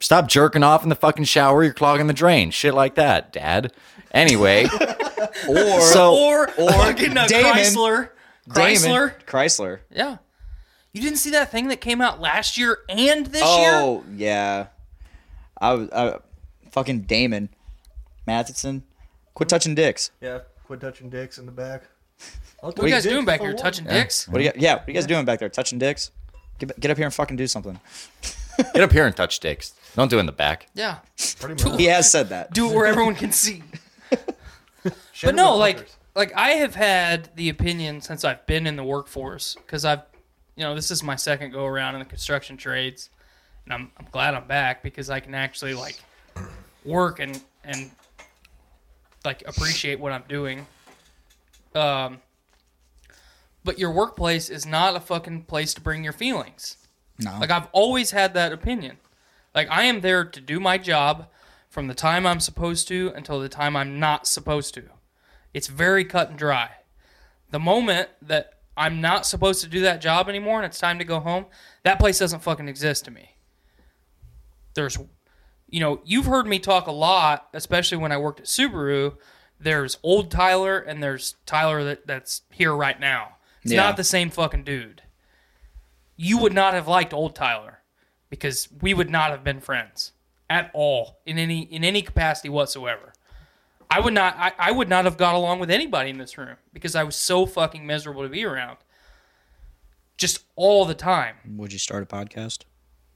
D: stop jerking off in the fucking shower you're clogging the drain shit like that dad anyway
C: [LAUGHS]
H: Or
D: so
C: [LAUGHS] or
H: or
C: fucking uh,
H: Damon.
C: Chrysler.
H: Damon-
C: Chrysler.
H: Chrysler.
C: Yeah. You didn't see that thing that came out last year and this year?
H: Oh yeah. I was I, fucking Damon Matheson. Quit touching dicks.
I: [LAUGHS] yeah. Quit touching dicks in the back. What
C: What are you guys doing back here? Touching dicks?
H: What do you? Yeah. What are you guys doing back there? Touching dicks? Get, get up here and fucking do something.
D: get up here and touch dicks don't do it in the back
C: Yeah.
I: Pretty much.
H: He has said
C: [LAUGHS]
H: that.
C: Do it where everyone can see. but
I: Shut up
C: no,
I: with
C: like
I: fuckers.
C: like I have had the opinion since I've been in the workforce because I've, you know, this is my second go around in the construction trades, and I'm I'm glad I'm back because I can actually like work and and like appreciate what I'm doing. Um, but your workplace is not a fucking place to bring your feelings.
H: No.
C: Like I've always had that opinion. Like I am there to do my job from the time I'm supposed to until the time I'm not supposed to. It's very cut and dry. The moment that I'm not supposed to do that job anymore and it's time to go home, that place doesn't fucking exist to me. There's, you know, you've heard me talk a lot, especially when I worked at Subaru. There's old Tyler and there's Tyler that, that's here right now. It's
H: Yeah.
C: not the same fucking dude. You would not have liked old Tyler because we would not have been friends at all in any in any capacity whatsoever. I would not I, I would not have got along with anybody in this room because I was so fucking miserable to be around. Just all the time.
H: Would you start a podcast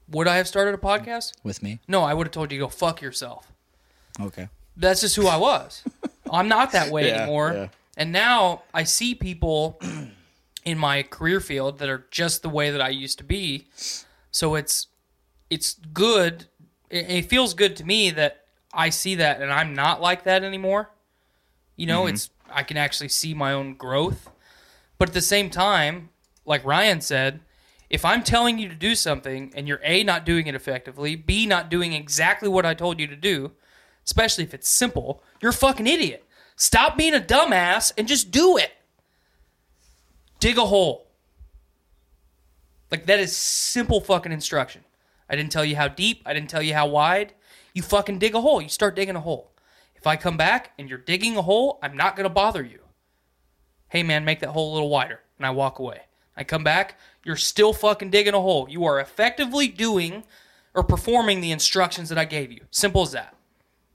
C: Would I have started a podcast?
H: with me?
C: No, I would have told you go fuck yourself.
H: Okay.
C: That's just who I
H: [LAUGHS]
C: was. I'm not that way
H: Yeah,
C: anymore.
H: yeah.
C: And now I see people [CLEARS THROAT] in my career field that are just the way that I used to be. So it's it's good. It, it feels good to me that I see that and I'm not like that anymore. You know,
H: Mm-hmm.
C: it's I can actually see my own growth. But at the same time, like Ryan said, if I'm telling you to do something and you're A, not doing it effectively, B, not doing exactly what I told you to do, especially if it's simple, you're a fucking idiot. Stop being a dumbass and just do it. Dig a hole. Like, that is simple fucking instruction. I didn't tell you how deep, I didn't tell you how wide. You fucking dig a hole. You start digging a hole. If I come back and you're digging a hole, I'm not going to bother you hey man, make that hole a little wider. And I walk away. I come back, you're still fucking digging a hole. You are effectively doing or performing the instructions that I gave you. Simple as that.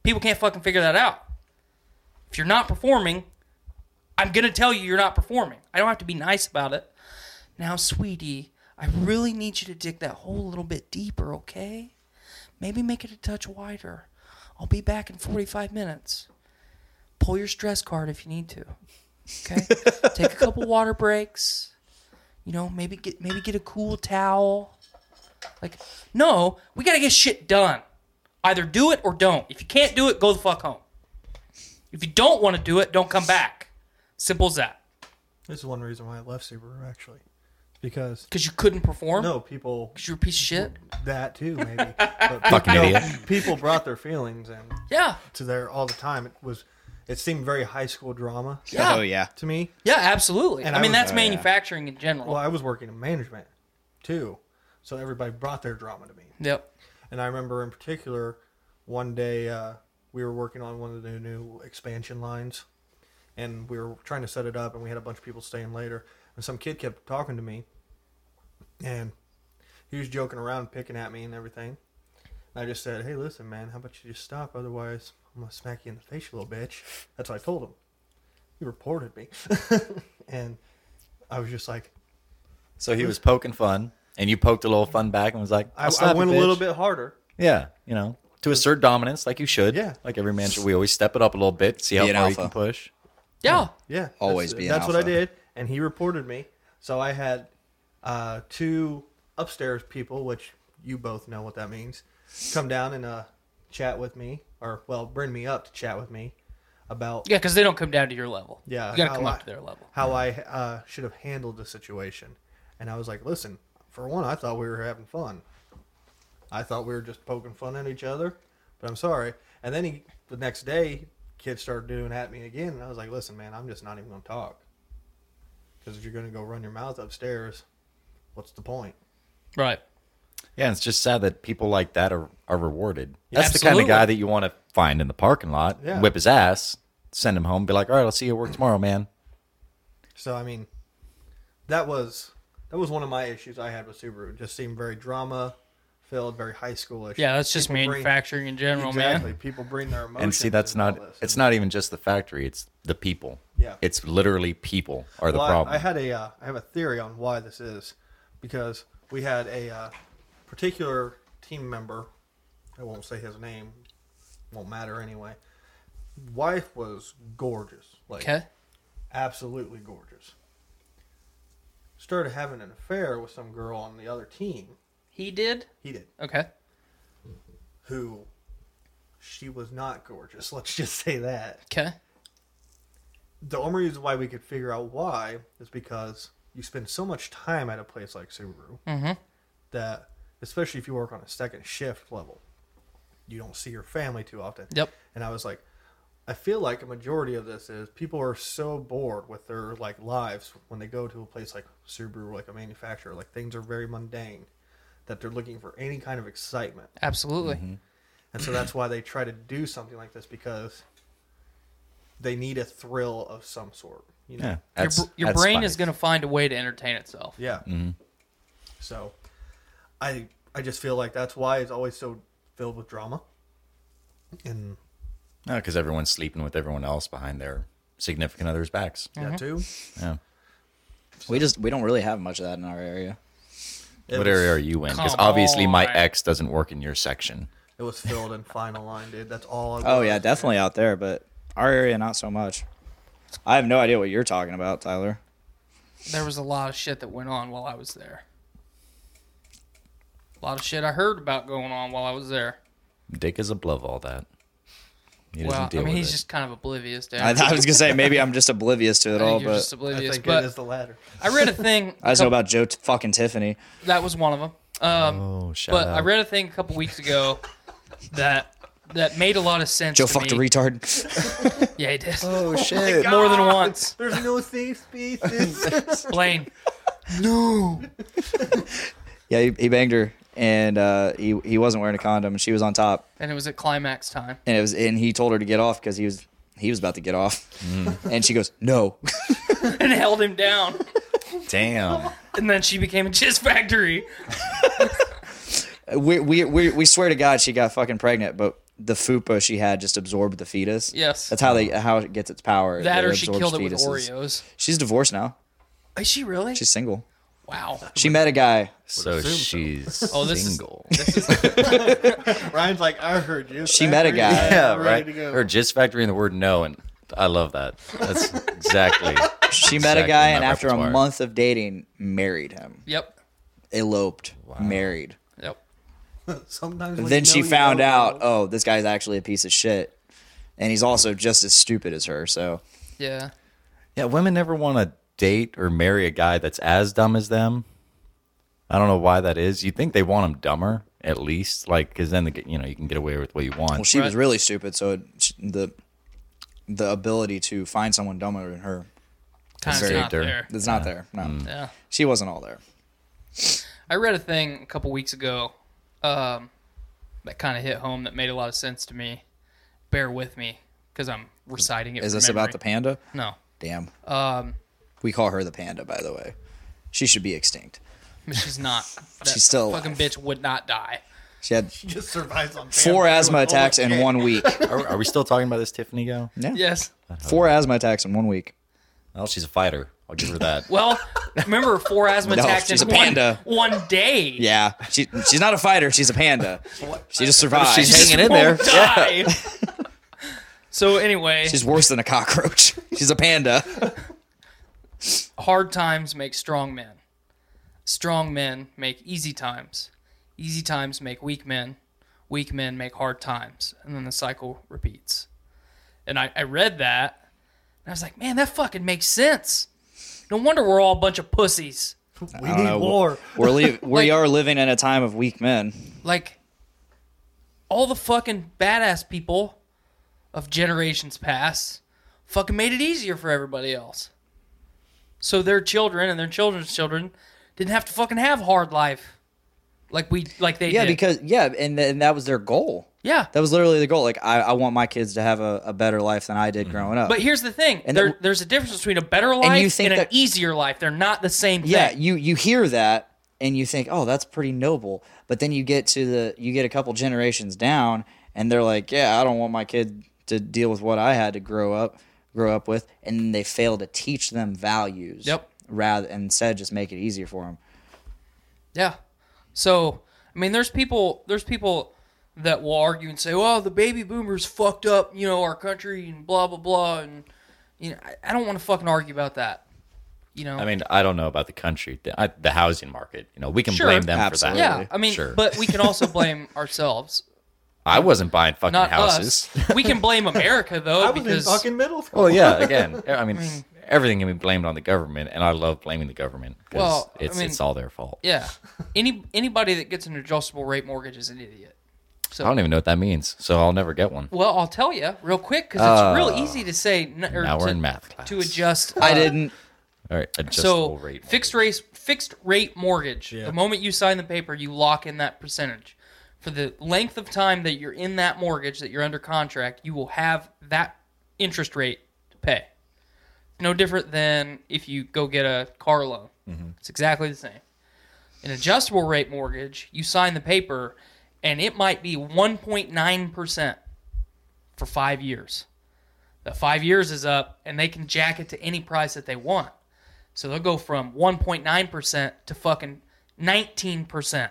C: People can't fucking figure that out. If you're not performing, I'm going to tell you you're not performing. I don't have to be nice about it. Now, sweetie, I really need you to dig that hole a little bit deeper, okay? Maybe make it a touch wider. I'll be back in 45 minutes. Pull your stress card if you need to. Okay. Take a couple water breaks. You know, maybe get maybe get a cool towel. Like, no, we gotta get shit done. Either do it or don't. If you can't do it, go the fuck home. If you don't want to do it, don't come back. Simple as that.
I: This is one reason why I left Subaru actually, because
C: Because you couldn't perform.
I: no people
C: Because you're a piece of shit.
I: that too maybe. But
D: Fucking
I: people,
D: idiot.
I: People brought their feelings in
C: Yeah.
I: to there all the time. It was, it seemed very high school drama
C: Yeah.
H: Oh yeah.
I: to me.
C: Yeah. Absolutely.
I: And
C: I,
I: I
C: mean,
I: was-
C: that's
I: oh,
C: manufacturing in general.
I: Well, I was working in management too, so everybody brought their drama to me.
C: yep.
I: And I remember in particular, one day uh, we were working on one of the new expansion lines, and we were trying to set it up, and we had a bunch of people staying later. And some kid kept talking to me, and he was joking around, picking at me and everything. And I just said, "Hey, listen, man, how about you just stop? Otherwise, I'm gonna smack you in the face, you little bitch." That's what I told him. He reported me, [LAUGHS] and I was just like,
D: So he was poking fun, and you poked a little fun back and was like,
I: I,
D: "I'll slap
I: I went a
D: bitch."
I: little bit harder.
D: Yeah, you know, to assert dominance like you should.
I: Yeah.
D: Like every man should. We always step it up a little bit, see how
H: Be an
D: far you
H: alpha.
D: can push.
C: Yeah.
I: Yeah,
H: Always
I: that's,
H: be an
I: That's what I
H: alpha.
I: did, and he reported me. So I had uh, two upstairs people, which you both know what that means, come down and uh, chat with me, or well, bring me up to chat with me about
C: Yeah. Because they don't come down to your level.
I: yeah
C: You gotta
I: how
C: come
I: I,
C: up to their level.
I: how I uh, should have handled the situation. And I was like, listen, for one, I thought we were having fun. I thought we were just poking fun at each other, but I'm sorry. And then he, the next day, kids started doing at me again, and I was like, listen, man, I'm just not even going to talk. Because if you're going to go run your mouth upstairs, what's the point?
C: Right.
D: Yeah, it's just sad that people like that are, are rewarded. That's the
C: Absolutely.
D: kind of guy that you want to find in the parking lot,
I: Yeah.
D: whip his ass, send him home, be like, all right, I'll see you at work tomorrow, man.
I: So I mean, that was that was one of my issues I had with Subaru. It just seemed very drama filled, very high schoolish.
C: Yeah. That's just
I: People bring-
C: manufacturing in general, man.
I: Exactly. People bring their emotions.
D: and see, that's
I: into all
D: not,
I: this.
D: it's not even just the factory, it's the people.
I: Yeah.
D: It's literally people are the
I: Well, I-
D: problem.
I: I, had a, uh, I have a theory on why this is, because we had a uh, particular team member. I won't say his name. Won't matter anyway. Wife was gorgeous, like
C: Okay.
I: absolutely gorgeous. Started having an affair with some girl on the other team.
C: He did.
I: He did.
C: Okay.
I: Who? She was not gorgeous. [LAUGHS] Let's just say that.
C: Okay.
I: the only reason why we could figure out why is because you spend so much time at a place like Subaru that, especially if you work on a second shift level, you don't see your family too often.
C: Yep.
I: And I was like, I feel like a majority of this is people are so bored with their like lives when they go to a place like Subaru, like a manufacturer, like things are very mundane, that they're looking for any kind of excitement,
C: Absolutely.
I: and so that's why they try to do something like this because they need a thrill of some sort. You know?
D: Yeah,
C: Your,
D: that's-
C: br- your
D: that's
C: brain
D: spice.
C: is going to find a way to entertain itself.
I: Yeah.
H: Mm-hmm.
I: So, I I just feel like that's why it's always so filled with drama. And
D: No, because everyone's sleeping with everyone else behind their significant other's backs.
I: yeah, too.
D: Yeah.
H: We just we don't really have much of that in our area.
I: It
D: what
I: was-
D: area are you in? Because
C: Come
D: obviously my
C: on.
D: ex doesn't work in your section.
I: It was filled in final line, dude. That's all. I
H: Oh
I: was.
H: yeah, definitely out there, but our area not so much. I have no idea what you're talking about, Tyler.
C: There was a lot of shit that went on while I was there. A lot of shit I heard about going on while I was there.
D: Dick is above all that. He
C: well,
D: doesn't deal
C: I mean,
D: with
C: he's
D: it.
C: just kind of oblivious to
H: I,
C: everything.
H: I was gonna say maybe I'm just oblivious to it
C: I think
H: all,
C: you're
H: but Oh,
C: just
I: I
C: oblivious.
I: think
C: But
I: it is
H: [LAUGHS]
I: the latter.
C: I read a thing.
H: I just know about Joe t- fucking Tiffany.
C: [LAUGHS] that was one of them. Um,
D: oh, shout
C: but
D: out.
C: I read a thing a couple weeks ago that that made a lot of sense.
H: Joe
C: to
H: fucked a
C: me.
H: retard.
C: Yeah, he did. [LAUGHS]
D: oh shit!
C: More than once.
I: There's no safe spaces. [LAUGHS]
C: Blaine.
H: [LAUGHS] yeah, he, he banged her, and uh, he he wasn't wearing a condom, and she was on top,
C: And it was at climax time. [LAUGHS]
H: and it was and he told her to get off because he was he was about to get off,
C: Mm.
H: and she goes no.
C: And held him down. [LAUGHS]
D: Damn.
C: And then she became a jizz factory.
H: we, we we we swear to God she got fucking pregnant, but the fupa she had just absorbed the fetus.
C: Yes.
H: that's how they how it gets its power.
C: That
H: It
C: or she
H: absorbs
C: killed it with
H: fetuses.
C: Oreos.
H: She's divorced now.
C: Is she really?
H: She's single.
C: wow.
H: She met a guy.
D: So she's
C: Oh, this is-
D: single.
I: Ryan's like, I heard you.
H: She met a guy.
D: [LAUGHS] yeah,
I: ready
D: right.
I: to go.
D: Or just factoring the word no, and I love that.
C: [LAUGHS]
D: That's exactly.
H: She met a
D: Exactly
H: guy,
D: my
H: and after a
D: repertoire.
H: month of dating, married him.
C: Yep.
H: Eloped. Married.
C: Yep.
I: Sometimes. when
H: then
I: you [LAUGHS]
H: she
I: know, you
H: found
I: know.
H: out, oh, this guy's actually a piece of shit, and he's also just as stupid as her. So
C: Yeah.
D: Yeah, women never want to date or marry a guy that's as dumb as them. I don't know why that is. You think they want him dumber, at least, like because then the, you know you can get away with what you
H: well,
D: want.
H: she was
C: Right.
H: really stupid. So it, sh the the ability to find someone dumber than her
C: Time's
H: very
C: not
D: dirty.
C: there.
H: is not there. No,
D: Mm.
C: Yeah.
H: she wasn't all there.
C: I read a thing a couple weeks ago um, that kind of hit home that made a lot of sense to me. Bear with me because I'm reciting it.
H: Is
C: from
H: this about the
C: memory.
H: panda?
C: No.
H: Damn.
C: Um,
H: We call her the panda, by the way. She should be extinct.
C: but
H: [LAUGHS]
C: she's not. That
H: She's still
C: fucking bitch would not die.
H: She had
I: She just survives on
H: four
I: family.
H: asthma
I: Oh,
H: attacks in
I: shit.
C: [LAUGHS]
H: one week.
D: Are, are we still talking about this Tiffany go?
H: Yeah.
C: Yes.
H: Four asthma attacks in one week.
D: Well, she's a fighter. I'll give her that. [LAUGHS]
C: Well, remember four asthma
H: [LAUGHS] No,
C: attacks
H: she's
C: in
H: a panda.
C: One, one day.
H: Yeah. She, she's not a fighter. She's a panda. She just survives.
D: she's hanging in there.
C: Won't die.
H: [LAUGHS]
C: so anyway,
H: She's worse than a cockroach. [LAUGHS] She's a panda.
C: hard times make strong men. Strong men make easy times. Easy times make weak men. Weak men make hard times. And then the cycle repeats. And I, I read that and I was like, man, that fucking makes sense. No wonder we're all a bunch of pussies.
I: We need war.
H: We're li-
C: [LAUGHS]
H: we are living in a time of weak men.
C: Like, all the fucking badass people of generations past fucking made it easier for everybody else. So their children and their children's children didn't have to fucking have hard life. Like we like they
H: Yeah,
C: did.
H: because yeah, and, th- and that was their goal.
C: Yeah.
H: That was literally the goal. Like I, I want my kids to have a, a better life than I did growing up.
C: Mm-hmm. But here's the thing.
H: And
C: there,
H: that-
C: there's a difference between a better life and,
H: you think
C: an
H: that-
C: easier life. They're not the same thing.
H: yeah, you you hear that and you think, oh, that's pretty noble. But then you get to the you get a couple generations down, and they're like, yeah, I don't want my kid to deal with what I had to grow up grow up with, and they fail to teach them values.
C: Yep.
H: Rather and instead just make it easier for them.
C: Yeah. So I mean, there's people there's people that will argue and say, "Well, the baby boomers fucked up, you know, our country and blah blah blah." And you know, I, I don't want to fucking argue about that. You know,
D: I mean, I don't know about the country, the, I, the housing market. You know, we can
C: Sure.
D: blame them
H: Absolutely.
D: for that.
C: yeah, I mean,
D: sure.
C: but we can
D: [LAUGHS]
C: also blame ourselves,
D: I wasn't buying fucking
C: not
D: houses. [LAUGHS]
C: us. We can blame America though
I: I was
C: because
I: in fucking middle school.
D: Well,
C: [LAUGHS]
D: yeah, again, I mean, everything can be blamed on the government, and I love blaming the government because
C: Well, I
D: it's
C: mean-
D: it's all their fault.
C: yeah, any anybody that gets an adjustable rate mortgage is an idiot.
D: I don't even know what that means, so I'll never get one.
C: Well, I'll tell you real quick because
D: Uh,
C: it's real easy to say. n- Or
D: now
C: to,
D: we're in math class.
C: to
D: [LAUGHS]
C: adjust.
H: I
C: uh,
H: didn't.
D: All right, adjustable
C: So
D: rate.
C: fixed rate fixed rate mortgage.
I: Yeah.
C: The moment you sign the paper, you lock in that percentage. For the length of time that you're in that mortgage that you're under contract, you will have that interest rate to pay. No different than if you go get a car loan. It's exactly the same. An adjustable rate mortgage, you sign the paper and it might be 1.9% for 5 years. The 5 years is up and they can jack it to any price that they want. So they'll go from 1.9% to fucking 19%.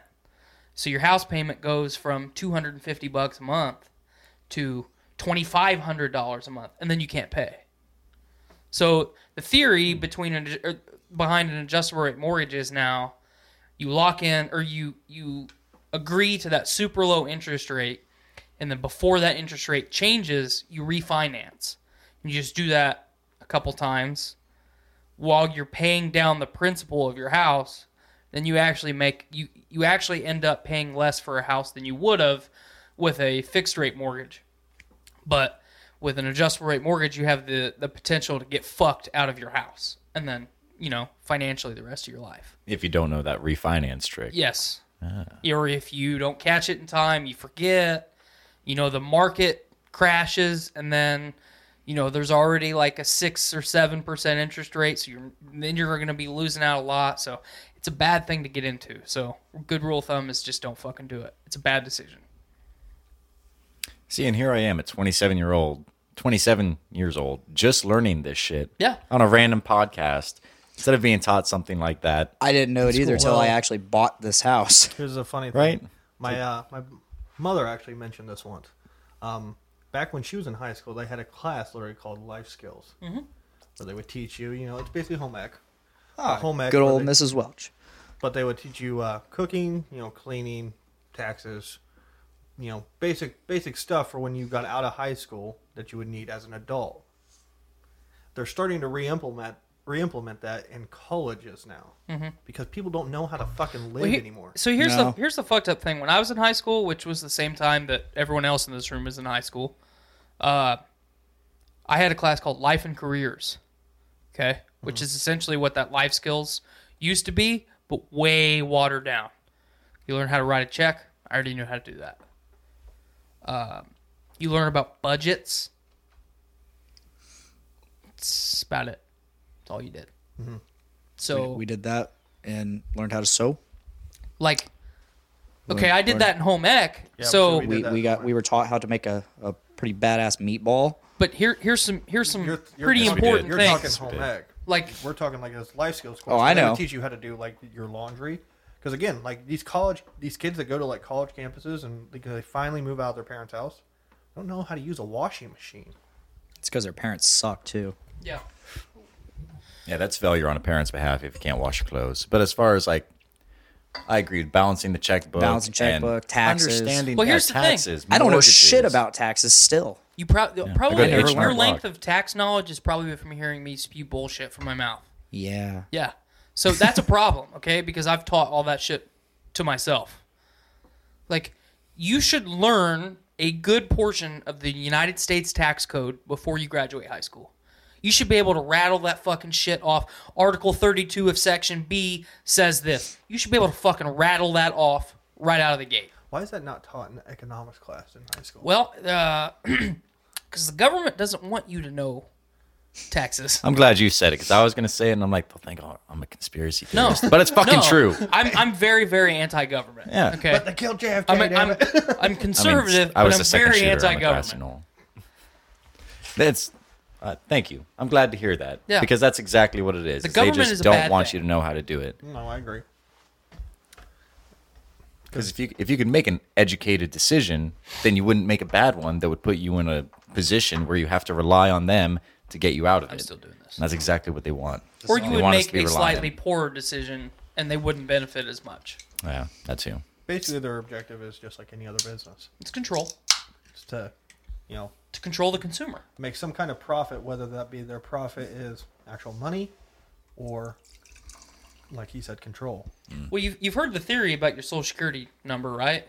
C: So your house payment goes from 250 bucks a month to $2500 a month and then you can't pay. So the theory between an, or behind an adjustable rate mortgage is now you lock in or you you agree to that super low interest rate and then before that interest rate changes, you refinance. You just do that a couple times while you're paying down the principal of your house, then you actually make you you actually end up paying less for a house than you would have with a fixed rate mortgage. But with an adjustable rate mortgage, you have the the potential to get fucked out of your house and then, you know, financially the rest of your life.
D: if you don't know that refinance trick,
C: Yes. Or if you don't catch it in time, you forget, you know, the market crashes and then, you know, there's already like a six or seven percent interest rate, so you're then you're gonna be losing out a lot. So it's a bad thing to get into. So good rule of thumb is just don't fucking do it. It's a bad decision.
D: See, and here I am at 27 year old, 27 years old, just learning this shit.
C: Yeah.
D: On a random podcast, instead of being taught something like that,
H: I didn't know it either
I: cool.
H: till I
I: Well-
H: actually bought
C: [LAUGHS]
H: this house.
I: Here's a funny thing.
D: Right?
I: My uh, my mother actually mentioned this once. Um, back when she was in high school, they had a class literally called Life Skills, mm-hmm. where they would teach you. You know, it's basically home ec. Oh, home ec.
H: Good
I: where
H: old
I: they-
H: Mrs. Welch.
I: But they would teach you uh, cooking, you know, cleaning, taxes, you know, basic basic stuff for when you got out of high school that you would need as an adult. They're starting to re-implement re-implement that in colleges now because people don't know how to fucking live
C: Mm-hmm. Well, he-
I: anymore.
C: So here's
H: No.
C: the here's the fucked up thing. When I was in high school, which was the same time that everyone else in this room was in high school, uh, I had a class called Life and Careers. Okay, which
I: Mm-hmm.
C: is essentially what that life skills used to be, but way watered down. You learn how to write a check. I already knew how to do that. Um, you learn about budgets. That's about it. That's all you did.
I: Mm-hmm.
C: So
H: We did that and learned how to sew.
C: like okay i did that in home ec
I: I'm
C: so
I: sure we did.
H: We,
I: that
H: we got
I: somewhere.
H: we were taught how to make a, a pretty badass meatball.
C: but here here's some here's some
I: You're- you're-
C: pretty
I: yes, we did.
C: important
I: You're
C: things
I: talking
D: did.
I: home ec.
C: like
I: We're talking like this life skills course.
H: Oh, I
I: They would
H: know.
I: teach you how to do like your laundry. Because again, like these college, these kids that go to like college campuses and because they finally move out of their parents' house, don't know how to use a washing machine.
H: It's because their parents suck too.
C: yeah
D: yeah, that's failure on a parent's behalf if you can't wash your clothes. But as far as like, I agree, balancing the checkbook,
H: Balancing
D: and
H: checkbook, taxes.
D: understanding
C: Well,
D: yeah,
C: here's the thing.
D: taxes.
H: I don't know
D: mortgages.
H: shit about taxes still.
C: you prob-
D: I
C: probably
D: go to
C: your,
D: H&R
C: your
D: Block.
C: length of tax knowledge is probably from hearing me spew bullshit from my mouth
H: Yeah.
C: yeah so that's a problem [LAUGHS] okay because i've taught all that shit to myself like you should learn a good portion of the united states tax code before you graduate high school You should be able to rattle that fucking shit off. Article 32 of Section B says this. You should be able to fucking rattle that off right out of the gate.
I: Why is that not taught in economics class in high school?
C: Well, [CLEARS THROAT] because the government doesn't want you to know taxes.
D: I'm glad you said it because I was going to say it and I'm like, they'll think oh, I'm a conspiracy
C: No,
D: theorist. But it's fucking
C: No.
D: true.
C: I'm I'm very very anti-government.
D: Yeah.
C: Okay.
I: but they killed JFK.
C: I'm,
I: damn
C: I'm, [LAUGHS]
I: it.
D: [LAUGHS]
C: I'm conservative,
D: I was a
C: but I'm
D: second
C: very
D: shooter on the class
C: anti-government.
D: and all. That's. Uh, thank you. I'm glad to hear that
C: Yeah.
D: because that's exactly what it is.
C: The
D: is
C: government
D: they just
C: is a
D: don't
C: bad
D: want
C: thing.
D: you to know how to do it.
I: no, I agree.
D: Because if you if you could make an educated decision, then you wouldn't make a bad one that would put you in a position where you have to rely on them to get you out of it.
C: still doing this.
D: And that's exactly what they want.
C: Or
D: They
C: you would
D: want us
C: make
D: to be
C: a
D: reliant.
C: slightly poorer decision, and they wouldn't benefit as much.
D: Yeah, that's you.
I: Basically, their objective is just like any other business.
C: It's control
I: It's to, you know,
C: to control the consumer.
I: make some kind of profit, whether that be their profit is actual money, or, like he said, control.
D: Hmm.
C: Well, you've you've heard the theory about your social security number, right?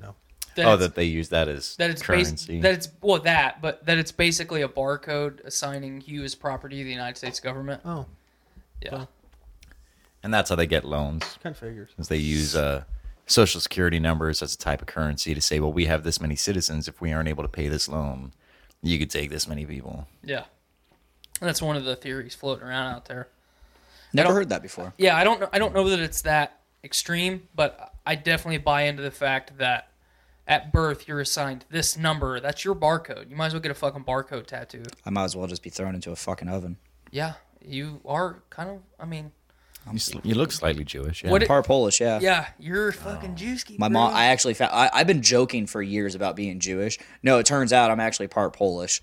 I: No.
C: That
D: oh,
C: it's-
D: that they use that as
C: that it's bas-
D: currency.
C: that it's well that, but that it's basically a barcode assigning you as property of the United States government.
I: Oh,
C: Yeah,
D: and that's how they get loans,
I: kind of figures.
D: is they use uh, social security numbers as a type of currency to say, well, we have this many citizens. If we aren't able to pay this loan, you could take this many people.
C: yeah. That's one of the theories floating around out there.
H: Never
C: don't-
H: heard that before.
C: Yeah, I don't know. I don't know that it's that extreme, but I definitely buy into the fact that at birth you're assigned this number. That's your barcode. You might as well get a fucking barcode tattoo.
H: I might as well just be thrown into a fucking oven.
C: Yeah, you are kind of. I mean,
D: You, sl- you look slightly Jewish. Yeah.
C: What it-
H: Par Polish, yeah.
C: yeah, you're fucking Jewski.
H: My mom, I actually found, I, I've been joking for years about being Jewish. No, it turns out I'm actually part Polish.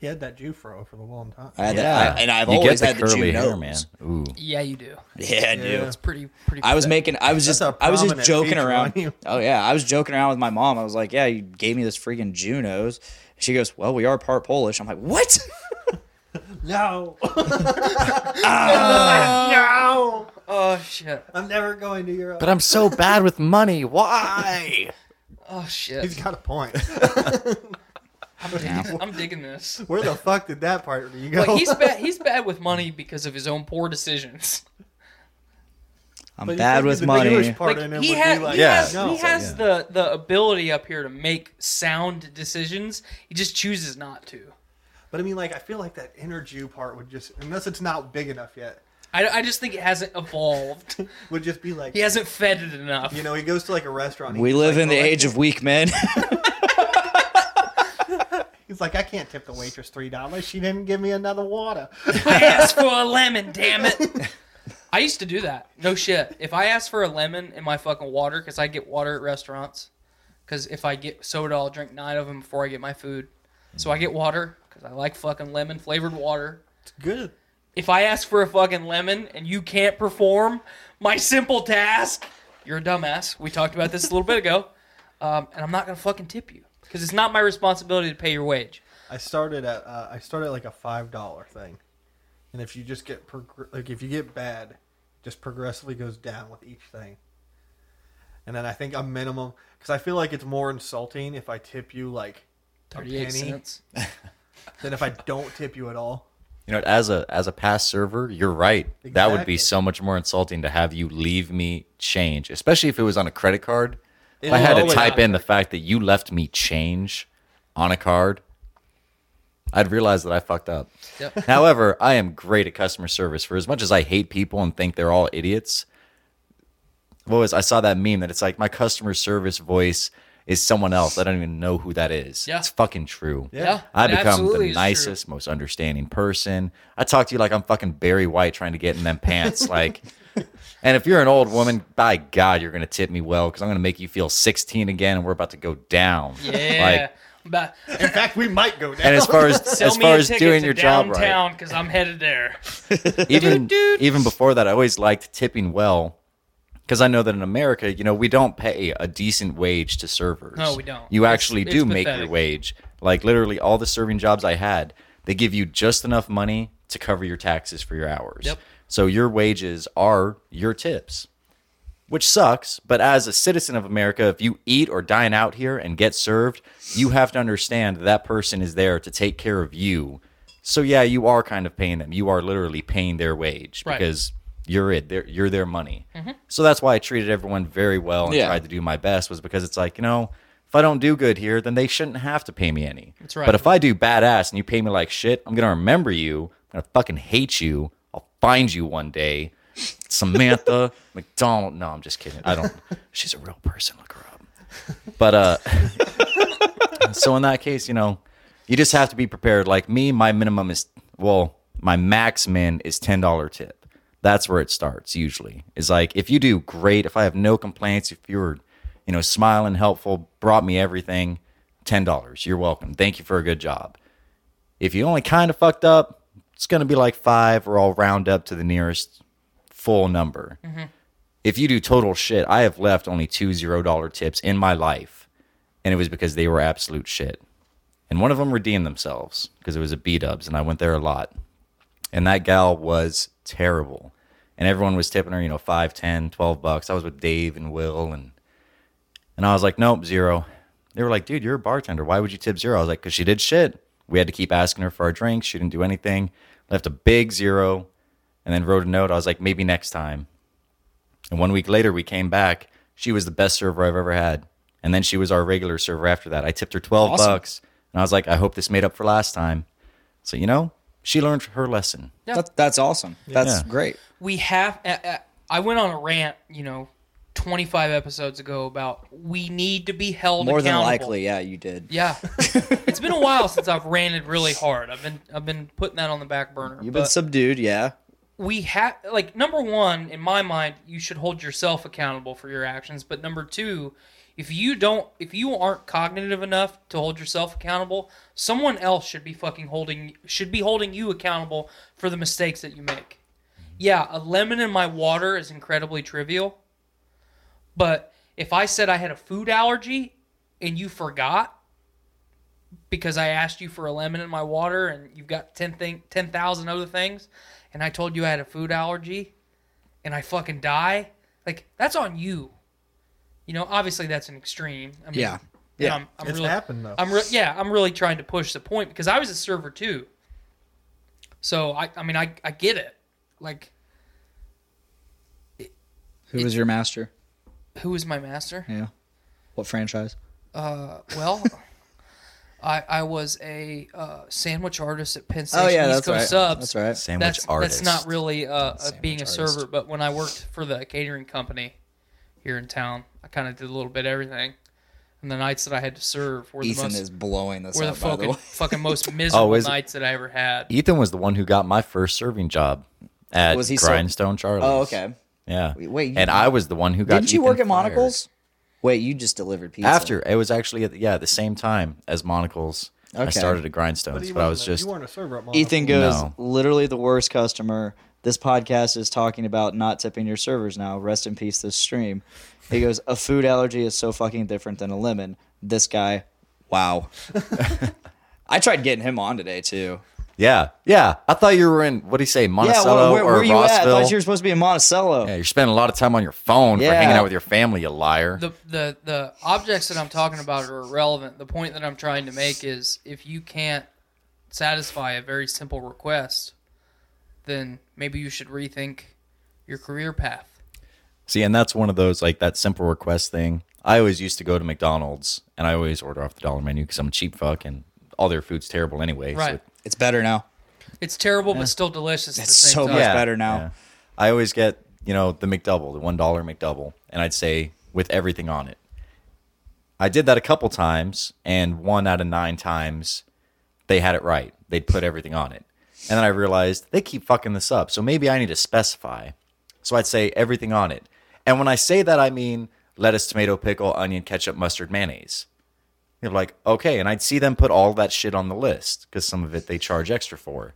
I: He had that Jew fro for the long time.
H: I had
D: Yeah.
H: that, I, and I've
D: You get
H: always had the Jew
D: curly
H: nose.
D: hair, man. Ooh.
C: yeah, you do.
H: Yeah, dude.
C: It's pretty pretty.
H: I was
C: pathetic.
H: making. I was
I: That's
H: just.
I: a
H: I was just
I: prominent
H: joking
I: feature
H: around.
I: on you.
H: Oh yeah, I was joking around with my mom. I was like, "Yeah, you gave me this freaking Jew nose." She goes, "Well, we are part Polish." I'm like, [LAUGHS] "What?"
I: [LAUGHS] No. no.
C: Oh shit!
I: I'm never going to Europe.
D: But I'm so bad with money. Why?
C: Oh
I: [LAUGHS] He's
C: shit!
I: got a point.
C: I'm digging
H: [LAUGHS]
C: this.
I: Where the fuck did that part do you go?
C: But he's bad. He's bad with money because of his own poor decisions.
H: I'm
I: [LAUGHS] But you
H: bad
I: think
H: with
I: the
H: money.
I: Jewish part
C: Like,
I: in him
C: he,
I: would
C: ha-
I: be like,
C: he
D: Yeah.
C: has,
I: no.
C: he has the, the ability up here to make sound decisions. He just chooses not to.
I: But I mean, like, I feel like that inner Jew part would just, unless it's not big enough yet,
C: I, I just think it hasn't
I: [LAUGHS]
C: evolved.
I: would just be like,
C: he hasn't fed it enough.
I: you know, he goes to like a restaurant.
H: We
I: he's
H: live
I: like,
H: in the
I: "Well, I
H: age of weak men. [LAUGHS]
I: He's like, I can't tip the waitress three dollars. She didn't give me another water.
C: I asked for a lemon, damn
I: [LAUGHS]
C: it. I used to do that. No shit. If I asked for a lemon in my fucking water, because I get water at restaurants, because if I get soda, I'll drink nine of them before I get my food. So I get water because I like fucking lemon flavored water.
I: It's good.
C: if I ask for a fucking lemon and you can't perform my simple task, you're a dumbass. We talked about this a little bit ago, um, and I'm not gonna fucking tip you because it's not my responsibility to pay your wage.
I: I started at uh, I started at like a five dollar thing, and if you just get prog- like if you get bad, just progressively goes down with each thing. And then I think a minimum because I feel like it's more insulting if I tip you like a penny
C: Thirty-eight cents.
I: than if I don't tip you at all.
D: You know, as a as a past server, you're right. That would
I: Exactly.
D: be so much more insulting to have you leave me change, especially if it was on a credit card. If I
I: will
D: had to
I: always
D: type
I: happen.
D: in the fact that you left me change on a card, I'd realize that I fucked up.
C: Yep.
D: [LAUGHS] However, I am great at customer service. For as much as I hate people and think they're all idiots, what was I saw that meme that it's like my customer service voice is someone else. I don't even know who that is.
C: Yeah.
D: It's fucking true.
C: Yeah,
D: I
C: it
D: become
C: absolutely
D: the
C: is true.
D: nicest, most understanding person. I talk to you like I'm fucking Barry White trying to get in
C: [LAUGHS]
D: them pants. Like, and if you're an old woman, by God, you're gonna tip me well because I'm gonna make you feel 16 again, and we're about to go down.
C: Yeah.
D: Like,
C: But
I: In fact, we might go down.
D: and as far as
C: [LAUGHS] sell
D: as
C: me a
D: far as
C: ticket
D: doing
C: to
D: your job right,
C: downtown because I'm headed there.
D: even
C: Doot, doot.
D: even before that, I always liked tipping well because I know that in America, you know, we don't pay a decent wage to servers.
C: No, we don't.
D: You
C: It's-
D: actually
C: it's
D: do make your
C: pathetic.
D: wage. Like literally, all the serving jobs I had, they give you just enough money to cover your taxes for your hours.
C: Yep.
D: So your wages are your tips. Which sucks, but as a citizen of America, if you eat or dine out here and get served, you have to understand that person is there to take care of you. So yeah, you are kind of paying them. You are literally paying their wage
C: Right.
D: because you're it. They're, you're their money. So that's why I treated everyone very well and
H: Yeah.
D: tried to do my best was because it's like you know if I don't do good here, then they shouldn't have to pay me any. That's
C: right.
D: But if I do badass and you pay me like shit, I'm gonna remember you. I'm gonna fucking hate you. I'll find you one day. [LAUGHS] Samantha McDonald. No, I'm just kidding. I don't. [LAUGHS] She's a real person. Look her up. But uh, [LAUGHS] so in that case, you know, you just have to be prepared. Like me, my minimum is well, my max min is ten dollar tip. That's where it starts usually. Is like if you do great, if I have no complaints, if you were, you know, smiling, helpful, brought me everything, ten dollars. You're welcome. Thank you for a good job. If you only kind of fucked up, it's gonna be like five, or I'll round up to the nearest full number. If you do total shit, I have left only two zero dollar tips in my life, and it was because they were absolute shit. And one of them redeemed themselves because it was a B Dubs, and I went there a lot. And that gal was terrible, and everyone was tipping her, you know, five, ten, twelve bucks. I was with Dave and Will, and and I was like, nope, zero. They were like, dude, you're a bartender. Why would you tip zero? I was like, because she did shit. We had to keep asking her for our drinks. She didn't do anything. Left a big zero and then wrote a note. I was like, maybe next time. And one week later, we came back. She was the best server I've ever had. And then she was our regular server after that. I tipped her 12
C: Awesome.
D: bucks. And I was like, I hope this made up for last time. So, you know, she learned her lesson.
C: Yeah.
H: That, that's awesome. That's
D: Yeah.
H: great.
C: we have uh, uh, i went on a rant you know 25 episodes ago about we need to be held
H: More than
C: accountable.
H: likely, yeah, you did.
D: [LAUGHS]
C: yeah it's been a while since i've ranted really hard i've been i've been putting that on the back burner
H: You've been
C: but
H: subdued, yeah.
C: we have like number one in my mind you should hold yourself accountable for your actions but number two if you don't if you aren't cognitive enough to hold yourself accountable someone else should be fucking holding should be holding you accountable for the mistakes that you make yeah a lemon in my water is incredibly trivial but if i said i had a food allergy and you forgot because I asked you for a lemon in my water and you've got 10 thing 10,000 other things and I told you I had a food allergy and I fucking die, like that's on you. You know, obviously that's an extreme. I mean,
H: Yeah.
C: and
H: Yeah.
C: I'm, I'm
I: It's
C: really,
I: happened, though.
C: I'm re- yeah, I'm really trying to push the point because I was a server too. So I I mean I I get it. Like
H: Who was your master?
C: who is my master?
H: Yeah. What franchise?
C: Uh, [LAUGHS] well, I I was a uh, sandwich artist at Penn Station
H: Oh yeah,
C: East
H: that's
C: Coast
H: right.
C: Subs.
H: That's right.
D: Sandwich
C: that's,
D: artist.
C: That's not really uh, uh,
H: Sandwich
C: being a
H: artist.
C: server, but when I worked for the catering company here in town, I kind of did a little bit of everything. And the nights that I had to serve were the
H: Ethan
C: most
H: is blowing this
C: were the
H: up. by the
C: fucking
H: way.
C: fucking
H: [LAUGHS]
C: most miserable
D: is it-
C: nights that I ever had.
D: Ethan was the one who got my first serving job at
H: Was he so-
D: Grindstone Charlie's.
H: Oh, okay.
D: Yeah.
H: Wait, you-
D: and I was the one who got
H: Didn't you
D: Ethan
H: work at
D: fired.
H: Monocles? Wait, you just delivered pizza
D: After it was actually at, yeah the same time as Monocles. I
H: Okay.
D: started at Grindstones, but,
I: you
D: I
I: weren't
D: was
I: a-
D: just
I: you weren't a server at Monopoly.
H: Ethan goes
D: No.
H: literally the worst customer. This podcast is talking about not tipping your servers now. Rest in peace, this stream. He goes, a food allergy is so fucking different than a lemon. This guy, wow. [LAUGHS] I tried getting him on today too.
D: yeah yeah. I thought you were in what do you say
H: yeah,
D: Monticello
H: where, where,
D: or
H: where you at? I
D: Rossville?
H: thought you were supposed to be in Monticello.
D: yeah, you're spending a lot of time on your phone for
H: Yeah.
D: hanging out with your family, you liar.
C: The, the the objects that I'm talking about are irrelevant. The point that I'm trying to make is if you can't satisfy a very simple request, then maybe you should rethink your career path.
D: See, and that's one of those like that simple request thing. I always used to go to McDonald's and I always order off the dollar menu because I'm a cheap fuck and all their food's terrible anyway.
C: Right.
D: So,
H: It's better now.
C: It's terrible, but still delicious. At the
H: It's
C: same
H: so
C: time.
H: much better now.
D: yeah. I always get you know the McDouble, the one dollar McDouble, and I'd say with everything on it. I did that a couple times, and one out of nine times they had it right. They'd put everything on it. And then I realized they keep fucking this up. So maybe I need to specify. So I'd say everything on it. And when I say that, I mean lettuce, tomato, pickle, onion, ketchup, mustard, mayonnaise. They're like, okay. And I'd see them put all that shit on the list because some of it they charge extra for.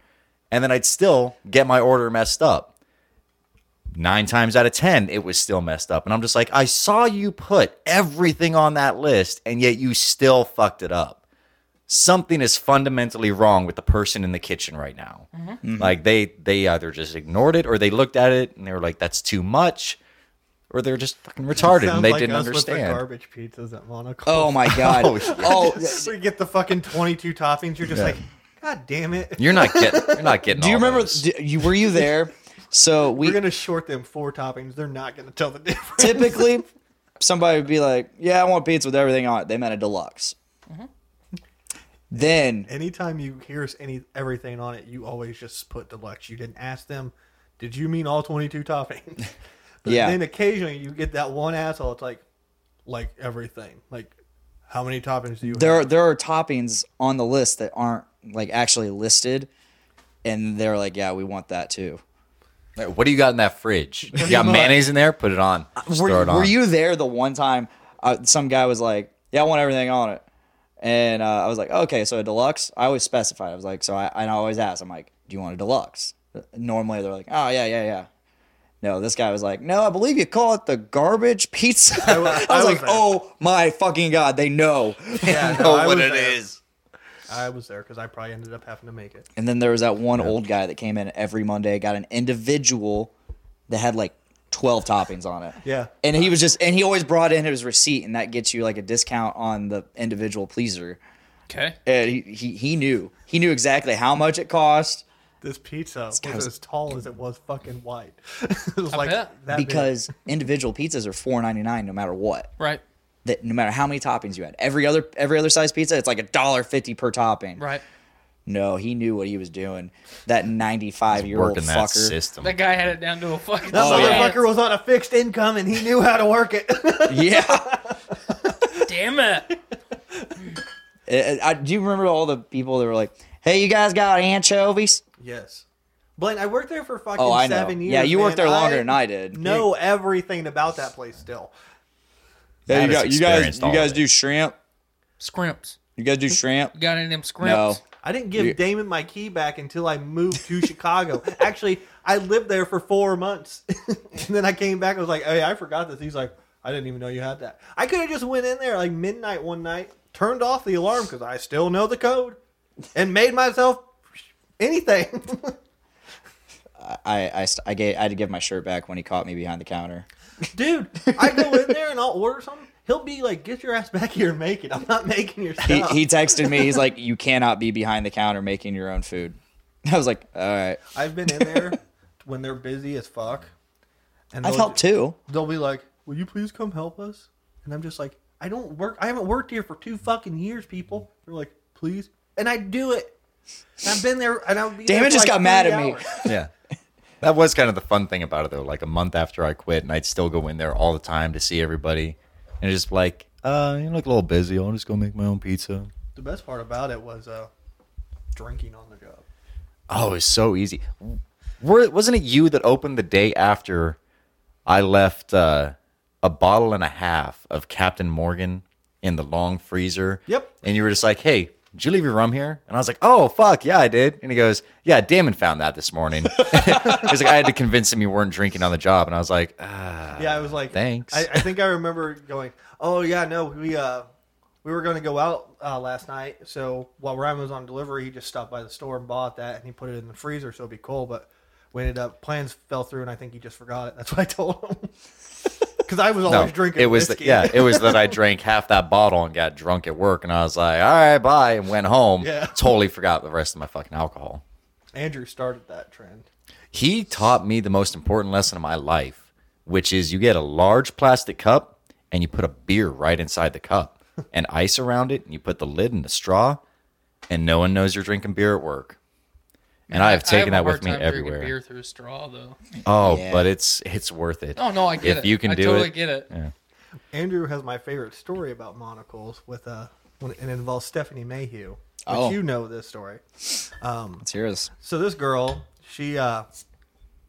D: And then I'd still get my order messed up. Nine times out of 10, it was still messed up. And I'm just like, I saw you put everything on that list and yet you still fucked it up something is fundamentally wrong with the person in the kitchen right now. Like they they either just ignored it or they looked at it and they were like, "That's too much," or they're just fucking retarded
I: Sounds
D: and they
I: like
D: didn't
I: us With the
D: understand.
I: garbage pizzas at Monocle. [LAUGHS]
H: Oh my god.
D: [LAUGHS] Oh,
H: oh,
D: yeah.
I: So you get the fucking 22 toppings. You're just like, God damn it.
D: You're not getting.
I: [LAUGHS]
D: You're not getting.
H: do you
D: all
H: remember?
D: those.
H: Do, you were you there? So we
I: We're going to short them four toppings. They're not going to tell the [LAUGHS] difference.
H: typically somebody would be like, "Yeah, I want pizza with everything on it." They meant a deluxe. Then
I: Anytime you hear us any everything on it, you always just put deluxe. You didn't ask them, did you mean all 22 toppings?
H: [LAUGHS]
I: But
H: Yeah.
I: Then occasionally you get that one asshole. It's like, like everything. Like, how many toppings do you
H: there
I: have?
H: are there are toppings on the list that aren't like actually listed, and they're like, "Yeah, we want that too."
D: Like, what do you got in that fridge? You got mayonnaise in there? Put it on. Just
H: Uh, Were,
D: throw it on.
H: were you there the one time uh, some guy was like, "Yeah, I want everything on it," and uh, I was like, "Okay, so a deluxe." I always specify. I was like, "So I, I always ask. I'm like, do you want a deluxe?" Normally they're like, "Oh yeah, yeah, yeah." No, this guy was like, "No, I believe you call it the garbage pizza." [LAUGHS] I was,
I: I was
H: like,
I: there.
H: "Oh my fucking god, they know." [LAUGHS]
I: Yeah, no,
D: know
I: I
D: what
I: was
D: it
I: there.
D: is?
I: I was there because I probably ended up having to make it.
H: And then there was that one old guy that came in every Monday, got an individual that had like twelve toppings on it.
I: Yeah.
H: and he was just and he always brought in his receipt, and that gets you like a discount on the individual pleaser.
C: Okay.
H: And he he, he knew he knew exactly how much it cost
I: This pizza was
H: guy was-
I: as tall as it was fucking wide. [LAUGHS] it was like
C: bet.
I: that big.
H: because individual pizzas are four ninety nine no matter what.
C: Right.
H: That no matter how many toppings you had, every other every other size pizza, it's like a dollar fifty per topping.
C: Right.
H: No, he knew what he was doing. That ninety five year old
D: Working that
H: fucker.
D: system.
C: That guy had it down to a fucking.
I: That
H: Oh, yeah.
I: motherfucker was on a fixed income and he knew how to work it.
H: [LAUGHS]
I: [LAUGHS]
H: Yeah.
C: Damn it.
H: Uh, I, I- do you remember all the people that were like, "Hey, you guys got anchovies?"
I: yes. Blaine, I worked there for fucking
H: Oh, I know.
I: seven years.
H: yeah, you worked
I: man.
H: there longer than I did.
I: Know everything about that place still.
H: Hey, you,
D: That has
H: got, you guys,
D: experienced all
H: you guys
D: of it.
H: do shrimp.
C: Scrimps.
H: You guys do shrimp.
C: You got any of them scrimps?
H: No,
I: I didn't give
H: You-
I: Damon my key back until I moved
H: [LAUGHS]
I: to Chicago. Actually, I lived there for four months, [LAUGHS] and then I came back. I was like, "Hey, I forgot this." He's like, "I didn't even know you had that." I could have just went in there like midnight one night, turned off the alarm because I still know the code, and made myself anything. [LAUGHS]
H: I, I, st- I gave, I had to give my shirt back when he caught me behind the counter.
I: Dude, I go in there and I'll order something. He'll be like, "Get your ass back here and make it." I'm not making your
H: He,
I: stuff.
H: he texted me. He's like, "You cannot be behind the counter making your own food." [LAUGHS] I was like, "All right,
I: I've been in there when they're busy as fuck. And
H: I've
I: they'll-
H: helped too."
I: they'll be like, "Will you please come help us?" And I'm just like, "I don't work. I haven't worked here for two fucking years, people." They're like, "Please," and I do it. And I've been there, and I'll be.
H: Damon
I: there for
H: just
I: like
H: got mad
I: three
H: at me.
I: hours.
D: yeah. That was kind of the fun thing about it though. Like a month after I quit and I'd still go in there all the time to see everybody and just like, uh, you look a little busy. I'll just go make my own pizza.
I: The best part about it was uh, drinking on the job.
D: Oh, it's so easy. Were, wasn't it you that opened the day after I left uh, a bottle and a half of Captain Morgan in the long freezer?
I: Yep.
D: And you were just like, hey, did you leave your rum here? And I was like, oh, fuck, yeah, I did. And he goes, yeah, Damon found that
I: [LAUGHS]
D: this morning. He's like, I had to convince him you weren't drinking on the job. And I was like,
I: Oh,
D: ah,
I: yeah, I was like,
D: thanks.
I: I, I think I remember going, "Oh yeah, no, we uh, we were going to go out uh, last night. So while Ryan was on delivery, he just stopped by the store and bought that, and he put it in the freezer, so it'd be cool. But we ended up plans fell through, and I think he just forgot it. That's what I told him. [LAUGHS] Because I was
D: no,
I: always drinking.
D: it was that
I: whiskey.
D: yeah, it was that I drank half that bottle and got drunk at work, and I was like, all right, bye, and went home.
I: Yeah.
D: Totally forgot the rest of my fucking alcohol.
I: Andrew started that trend.
D: he taught me the most important lesson of my life, which is you get a large plastic cup and you put a beer right inside
C: [LAUGHS]
D: the cup and ice around it and you put the lid in the straw and no one knows you're drinking beer at work. And I have taken
C: a
D: that with
C: hard
D: me
C: time drinking
D: everywhere.
C: Beer through a straw, though.
D: Oh,
H: Yeah.
D: but it's it's worth it.
C: Oh no, I get it.
D: if you can
C: I
D: do
C: totally
D: it.
C: get it.
I: Andrew has my favorite story about monocles with uh, when it involves Stephanie Mayhew. Which
H: Oh.
I: you know this story.
H: Let's hear this.
I: so this girl, she uh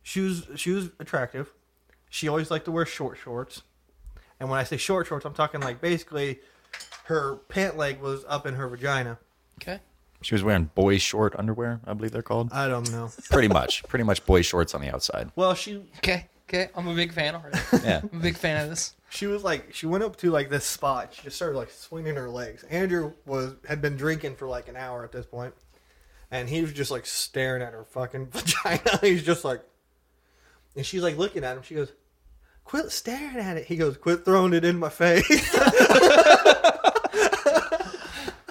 I: she was she was attractive. She always liked to wear short shorts. And when I say short shorts, I'm talking like basically her pant leg was up in her vagina.
C: Okay.
D: She was wearing boy short underwear, I believe they're
C: Uh,
D: called.
I: I don't know.
D: pretty much, pretty much boy shorts on
C: [LAUGHS]
D: the outside.
I: Well, she
C: Okay. Okay. I'm a big fan already.
D: Yeah.
C: I'm a big fan of this.
I: she was like she went up to like this spot. She just started like swinging her legs. Andrew was had been drinking for like an hour at this point, and he was just like staring at her fucking [LAUGHS] vagina. He's just like, and she's like looking at him. She goes, "Quit staring at it." He goes, "Quit throwing it in my face."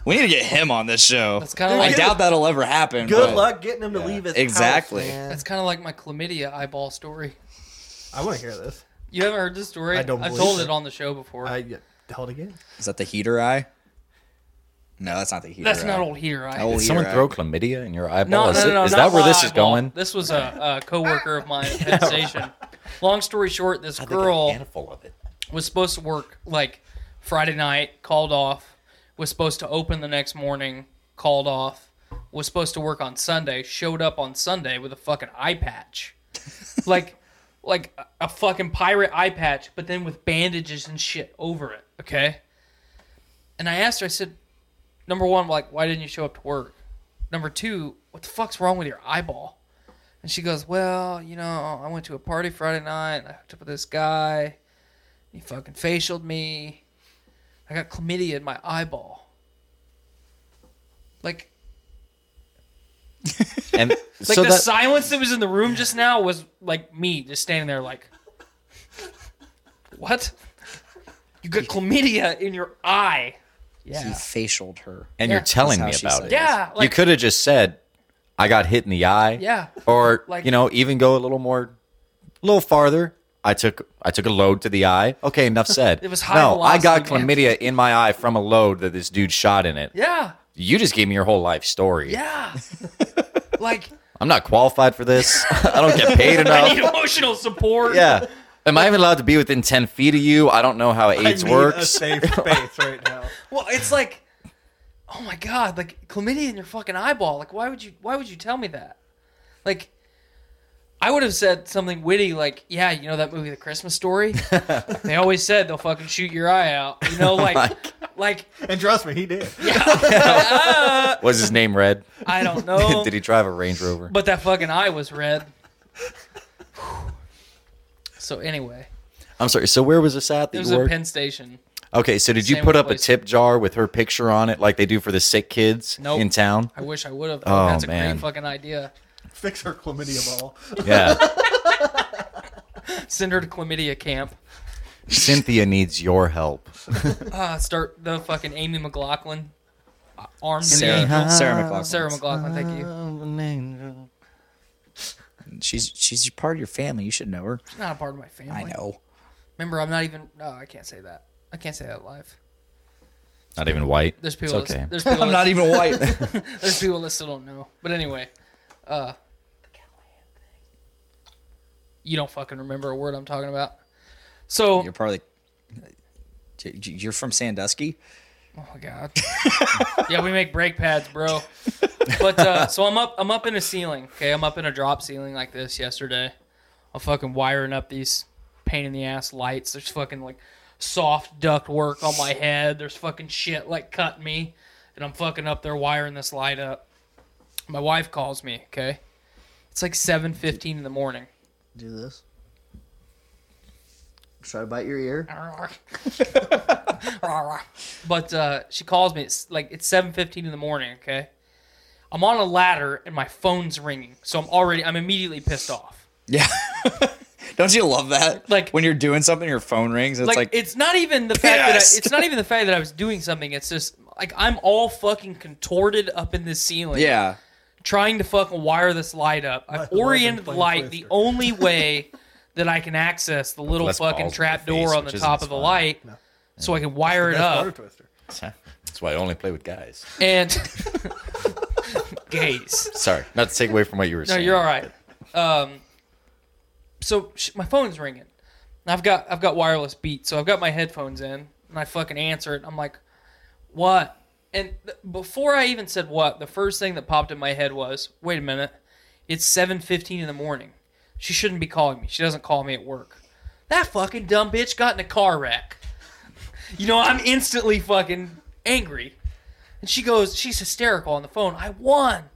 H: We need to get him on this show.
C: That's kinda
H: I
C: like-
H: doubt that'll ever happen.
I: Good
H: but-
I: luck getting him to leave his
H: Exactly.
I: house, man.
C: That's kind of like my chlamydia eyeball story.
I: I want to hear this.
C: You haven't heard this story?
I: I don't
C: I've
I: believe
C: told
I: it.
C: it. on the show before.
I: I yeah, tell it again.
H: Is that the heater eye? No, that's not the heater.
C: That's
H: eye.
C: not old here. I.
H: Oh,
D: Did
H: yeah,
D: someone
H: right.
D: throw chlamydia in your eyeball?
C: No,
D: is
C: no,
D: it-
C: no,
D: is
C: not
D: that where
C: my
D: this is
C: eyeball.
D: going?
C: This was a, a coworker of mine at the station. Long story short, this
D: A
C: girl [LAUGHS]
D: handful of it.
C: was supposed to work like Friday night, called off, was supposed to open the next morning, called off, was supposed to work on Sunday, showed up on Sunday with a fucking eye patch. like like a- a fucking pirate eye patch, but then with bandages and shit over it, okay? And I asked her, I said, number one, like, why didn't you show up to work? Number two, what the fuck's wrong with your eyeball? And she goes, Well, you know, I went to a party Friday night and I hooked up with this guy. He fucking facialed me. I got chlamydia in my eyeball. Like,
D: And
C: like
D: so
C: the
D: that,
C: silence that was in the room just now was like me just standing there, like, What? You got chlamydia in your eye.
H: He
C: Yeah.
H: facialed her.
D: And
C: Yeah.
D: you're telling me
H: That's how she
D: about
H: said
D: it.
H: it.
C: Yeah. Like,
D: you could have just said, I got hit in the eye.
C: Yeah.
D: Or
C: Like-
D: you know, even go a little more a little farther. I took I took a load to the eye. Okay, enough said.
C: [LAUGHS] It was high
D: No, I got
C: velocity, man.
D: chlamydia in my eye from a load that this dude shot in it.
C: Yeah.
D: You just gave me your whole life story.
C: Yeah. like,
D: I'm not qualified
C: [LAUGHS]
D: for this. [LAUGHS] I don't get paid
C: I need
D: enough.
C: emotional support.
D: [LAUGHS] Yeah. Am I even allowed to be within 10 feet of you? I don't know how AIDS
I: need A
D: works. [LAUGHS]
I: safe space right now.
C: Well, it's like, oh my god, like chlamydia in your fucking eyeball. Like, why would you? Why would you tell me that? Like, I would have said something witty, like, yeah, you know that movie, The Christmas
D: [LAUGHS]
C: Story. they always said they'll fucking shoot your eye out. You know,
D: [LAUGHS] Oh
C: like, like
I: And trust me, he did.
D: Was his name Red?
C: I
D: [LAUGHS]
C: don't know,
D: Did he drive a Range Rover?
C: but that fucking eye was red. so anyway,
D: I'm sorry. So where was this at
C: it
D: that
C: was
D: you
C: at
D: worked?
C: Penn Station.
D: Okay, so did you
C: Same
D: put up
C: place.
D: a tip jar with her picture on it like they do for the sick kids
C: Nope. [LAUGHS]
D: in town?
C: I wish I would have.
D: Oh,
C: That's a
D: man.
C: great fucking idea.
I: Fix her chlamydia ball.
D: Yeah.
C: Send her to chlamydia camp.
D: Cynthia needs your help.
C: Uh, start the fucking Amy McLaughlin. uh, Armed to the
H: Sarah,
C: angel.
H: Sarah McLaughlin.
C: Sarah McLaughlin, thank you.
D: Uh,
H: She's she's part of your family. You should know her.
C: She's not a part of my family.
H: I know.
C: Remember, I'm not even. No, I can't say that. I can't say that live.
D: Not even white.
C: There's people.
D: It's okay.
C: That, there's people.
H: [LAUGHS] I'm not
C: that,
H: even white.
C: There's people that still don't know. But anyway, uh, you don't fucking remember a word I'm talking about. So,
H: You're probably you're from Sandusky.
C: oh my god. [LAUGHS] yeah, we make brake pads, bro. But uh, so I'm up. I'm up in a ceiling. Okay, I'm up in a drop ceiling like this yesterday. I'm fucking wiring up these pain in the ass lights. There's fucking like soft duct work on my head. There's fucking shit like cutting me, and I'm fucking up there wiring this light up. My wife calls me. Okay, it's like seven fifteen in the morning.
E: Do this. Try to bite your ear.
C: but uh, she calls me. It's like it's seven fifteen in the morning. Okay, I'm on a ladder and my phone's ringing, so I'm already I'm immediately pissed off.
H: Yeah. Don't you love that?
C: Like-
H: when you're doing something, your phone rings. It's
C: Like,
H: like,
C: it's not even the fact that I,
H: pissed.
C: it's not even the fact that I was doing something. It's just like I'm all fucking contorted up in this ceiling.
H: yeah,
C: trying to fucking wire this light up. I've
I: the Logan
C: oriented the
I: playing
C: light the
I: Twister. [LAUGHS]
C: only way that I can access the little
D: Less
C: fucking
D: balls to
C: trap
D: the face,
C: door on the
D: which
C: top
D: isn't
C: of the
D: fun.
C: light, so I can wire it
I: That's
C: up.
I: water twister.
D: That's why I only play with guys.
C: and
I: [LAUGHS]
C: [LAUGHS] gays.
D: Sorry, not to take away from what you were
C: No,
D: saying.
C: you're all right. Um, so sh- my phone's ringing. And I've got I've got wireless Beats, so I've got my headphones in, and I fucking answer it. I'm like, what? And th- before I even said what, the first thing that popped in my head was, wait a minute, it's 7:15 in the morning. She shouldn't be calling me. She doesn't call me at work. That fucking dumb bitch got in a car wreck. You know, I'm instantly fucking angry. And she goes, she's hysterical on the phone. I won.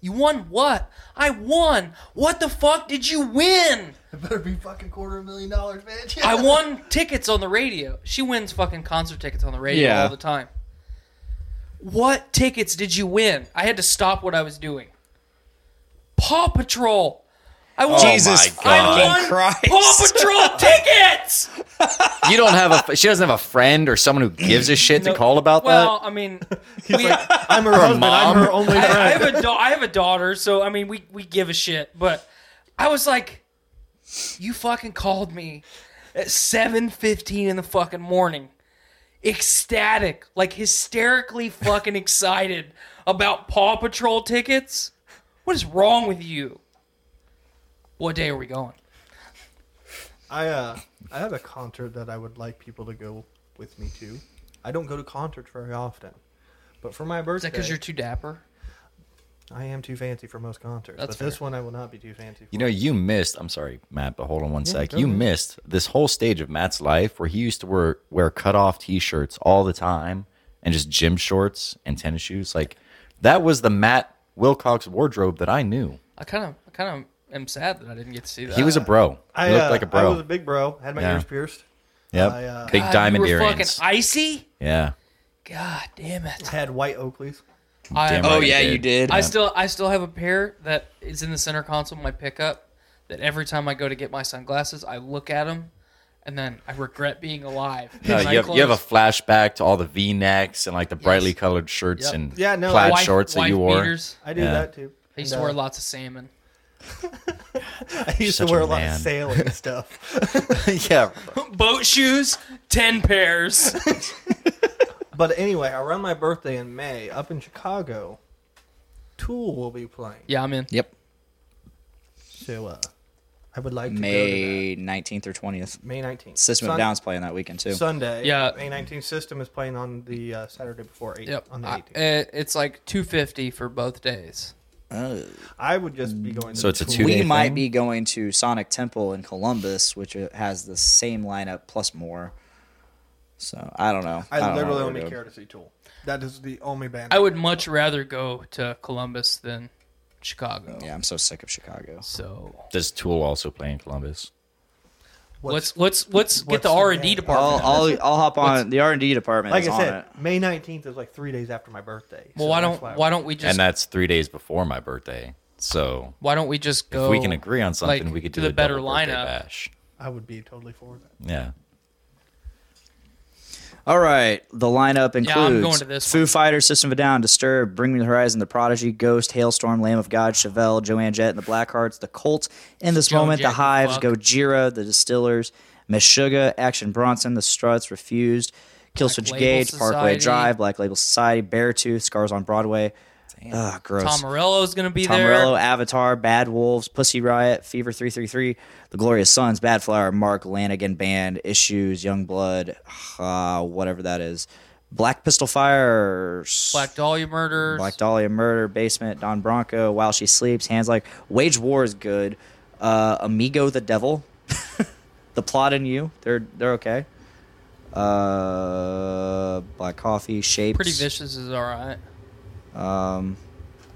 C: You won what? I won. What the fuck did you win?
I: It better be fucking quarter of a million dollars, bitch.
C: I
H: [LAUGHS]
C: won tickets on the radio. She wins fucking concert tickets on the radio
H: Yeah.
C: all the time. What tickets did you win? I had to stop what I was doing. Paw Patrol. I
H: Oh
C: won.
H: Jesus
D: my
C: I
D: God.
C: won
H: Christ.
C: Paw
H: [LAUGHS]
C: Patrol tickets.
D: You don't have a. She doesn't have a friend or someone who gives a shit to call about
C: Well, I mean, we,
I: I'm her husband. I'm her only
C: I, [LAUGHS]
I: friend.
C: I have a da- I have a daughter, so I mean, we we give a shit. But I was like, you fucking called me at seven fifteen in the fucking morning, ecstatic, like hysterically fucking excited about Paw Patrol tickets. What is wrong with you? What day are we going?
I: I uh, I have a concert that I would like people to go with me to. I don't go to concerts very often, but for my
C: Is
I: birthday,
C: that because you're too dapper?
I: I am too fancy for most concerts.
C: That's
I: but this one, I will not be too fancy. For.
D: You know, you missed. I'm sorry, Matt, but hold on one sec. You missed this whole stage of Matt's life where he used to wear wear cut off t-shirts all the time and just gym shorts and tennis shoes. Like that was the Matt Wilcox wardrobe that I knew.
C: I kind of I kind of am sad that I didn't get to see that.
D: He was a bro.
I: I
D: he looked
I: uh,
D: like a
I: I
D: bro.
I: was a big bro. Had my
D: Yeah.
I: ears pierced.
D: yep.
I: I, uh,
D: Big
C: God,
D: diamond
C: you were
D: earrings.
C: Fucking icy.
D: yeah.
C: God damn it!
I: Had white Oakleys.
C: I,
D: Damn
H: oh
D: right
H: yeah,
D: he
H: you did.
C: I still I still have a pair that is in the center console of my pickup that every time I go to get my sunglasses, I look at them and then I regret being alive.
D: No,
C: And I
D: you, have, you have a
C: close-
D: flashback to all the V necks and like the brightly
C: Yes.
D: colored shirts
C: Yep.
D: and
I: Yeah, no,
D: plaid
I: wife-
D: shorts that you
C: wife
D: wore.
C: beaters.
I: I do
D: Yeah.
I: that too.
C: I used to
I: No.
C: wear lots of salmon.
I: [LAUGHS] I used to
D: such a
I: wear a lot
D: man.
I: of sailing stuff.
D: yeah,
C: Boat shoes, ten pairs. [LAUGHS]
I: But anyway, around my birthday in May, up in Chicago, Tool will be playing.
C: yeah, I'm in.
H: Yep.
I: So uh, I would like to go to
H: May 19th or 20th.
I: that. May 19th.
H: System of
I: Sun-
H: Down's playing that weekend too.
I: Sunday.
C: Yeah.
I: May 19th System is playing on the uh, Saturday before 8.
C: Yep.
I: On the
C: I-
I: 18th.
C: it- it's like two fifty for both days.
H: Oh.
I: I would just be going to
D: So it's a
I: Tool.
D: two-
H: we
D: day
H: might
D: thing?
H: be going to Sonic Temple in Columbus, which uh, has the same lineup plus more. So I don't know.
I: I,
H: don't know
I: literally
H: what we're
I: only
H: doing.
I: care to see Tool. That is the only band.
C: I would much rather go to Columbus than Chicago.
H: Yeah, I'm so sick of Chicago.
C: So
D: does Tool also play in Columbus?
C: let's
I: What's-
C: let's let's get
I: what's
C: the
I: the
C: R and D
I: game?
H: I'll,
C: department.
H: I'll, I'll hop on the R and D department.
I: like
H: is
I: I
H: on
I: said,
H: it.
I: May 19th is like three days after my birthday.
C: well,
I: so
C: why
I: that's
C: don't
I: I-
C: why don't we just
D: and that's three days before my birthday. So
C: why don't we just go?
D: if we can agree on something,
C: like,
D: we could
C: to
D: do
C: the
D: a
C: better
D: double birthday
C: lineup.
D: bash.
I: I would be totally for that.
D: Yeah,
H: All right, the lineup includes
C: Yeah, I'm going to this
H: Foo Fighters, System of a Down, Disturbed, Bring Me the Horizon, The Prodigy, Ghost, Hailstorm, Lamb of God, Chevelle, Joanne Jett, and the Blackhearts, The Colts, In This
C: Joan
H: Moment,
C: Jett,
H: The
C: you
H: Hives,
C: fuck.
H: Gojira, The Distillers, Meshuggah, Action Bronson, The Struts, Refused, Killswitch
C: Label
H: Gage, Parkway
C: Society.
H: Drive, Black Label Society, Beartooth, Scars on Broadway. Ugh, gross.
C: Tom Morello's gonna be
H: Tom
C: there.
H: Morello, Avatar, Bad Wolves, Pussy Riot, Fever 333, The Glorious Sons, Bad Flower, Mark Lanigan Band, Issues, Young Blood, uh, whatever that is, Black Pistol Fire,
C: Black Dahlia murders.
H: Black Dahlia Murder, Basement, Don Bronco, While She Sleeps, Hands Like, Wage War is good, uh, Amigo the Devil, [LAUGHS] The Plot in You, they're they're okay. Uh, Black Coffee, Shapes.
C: Pretty vicious is all right.
H: Um,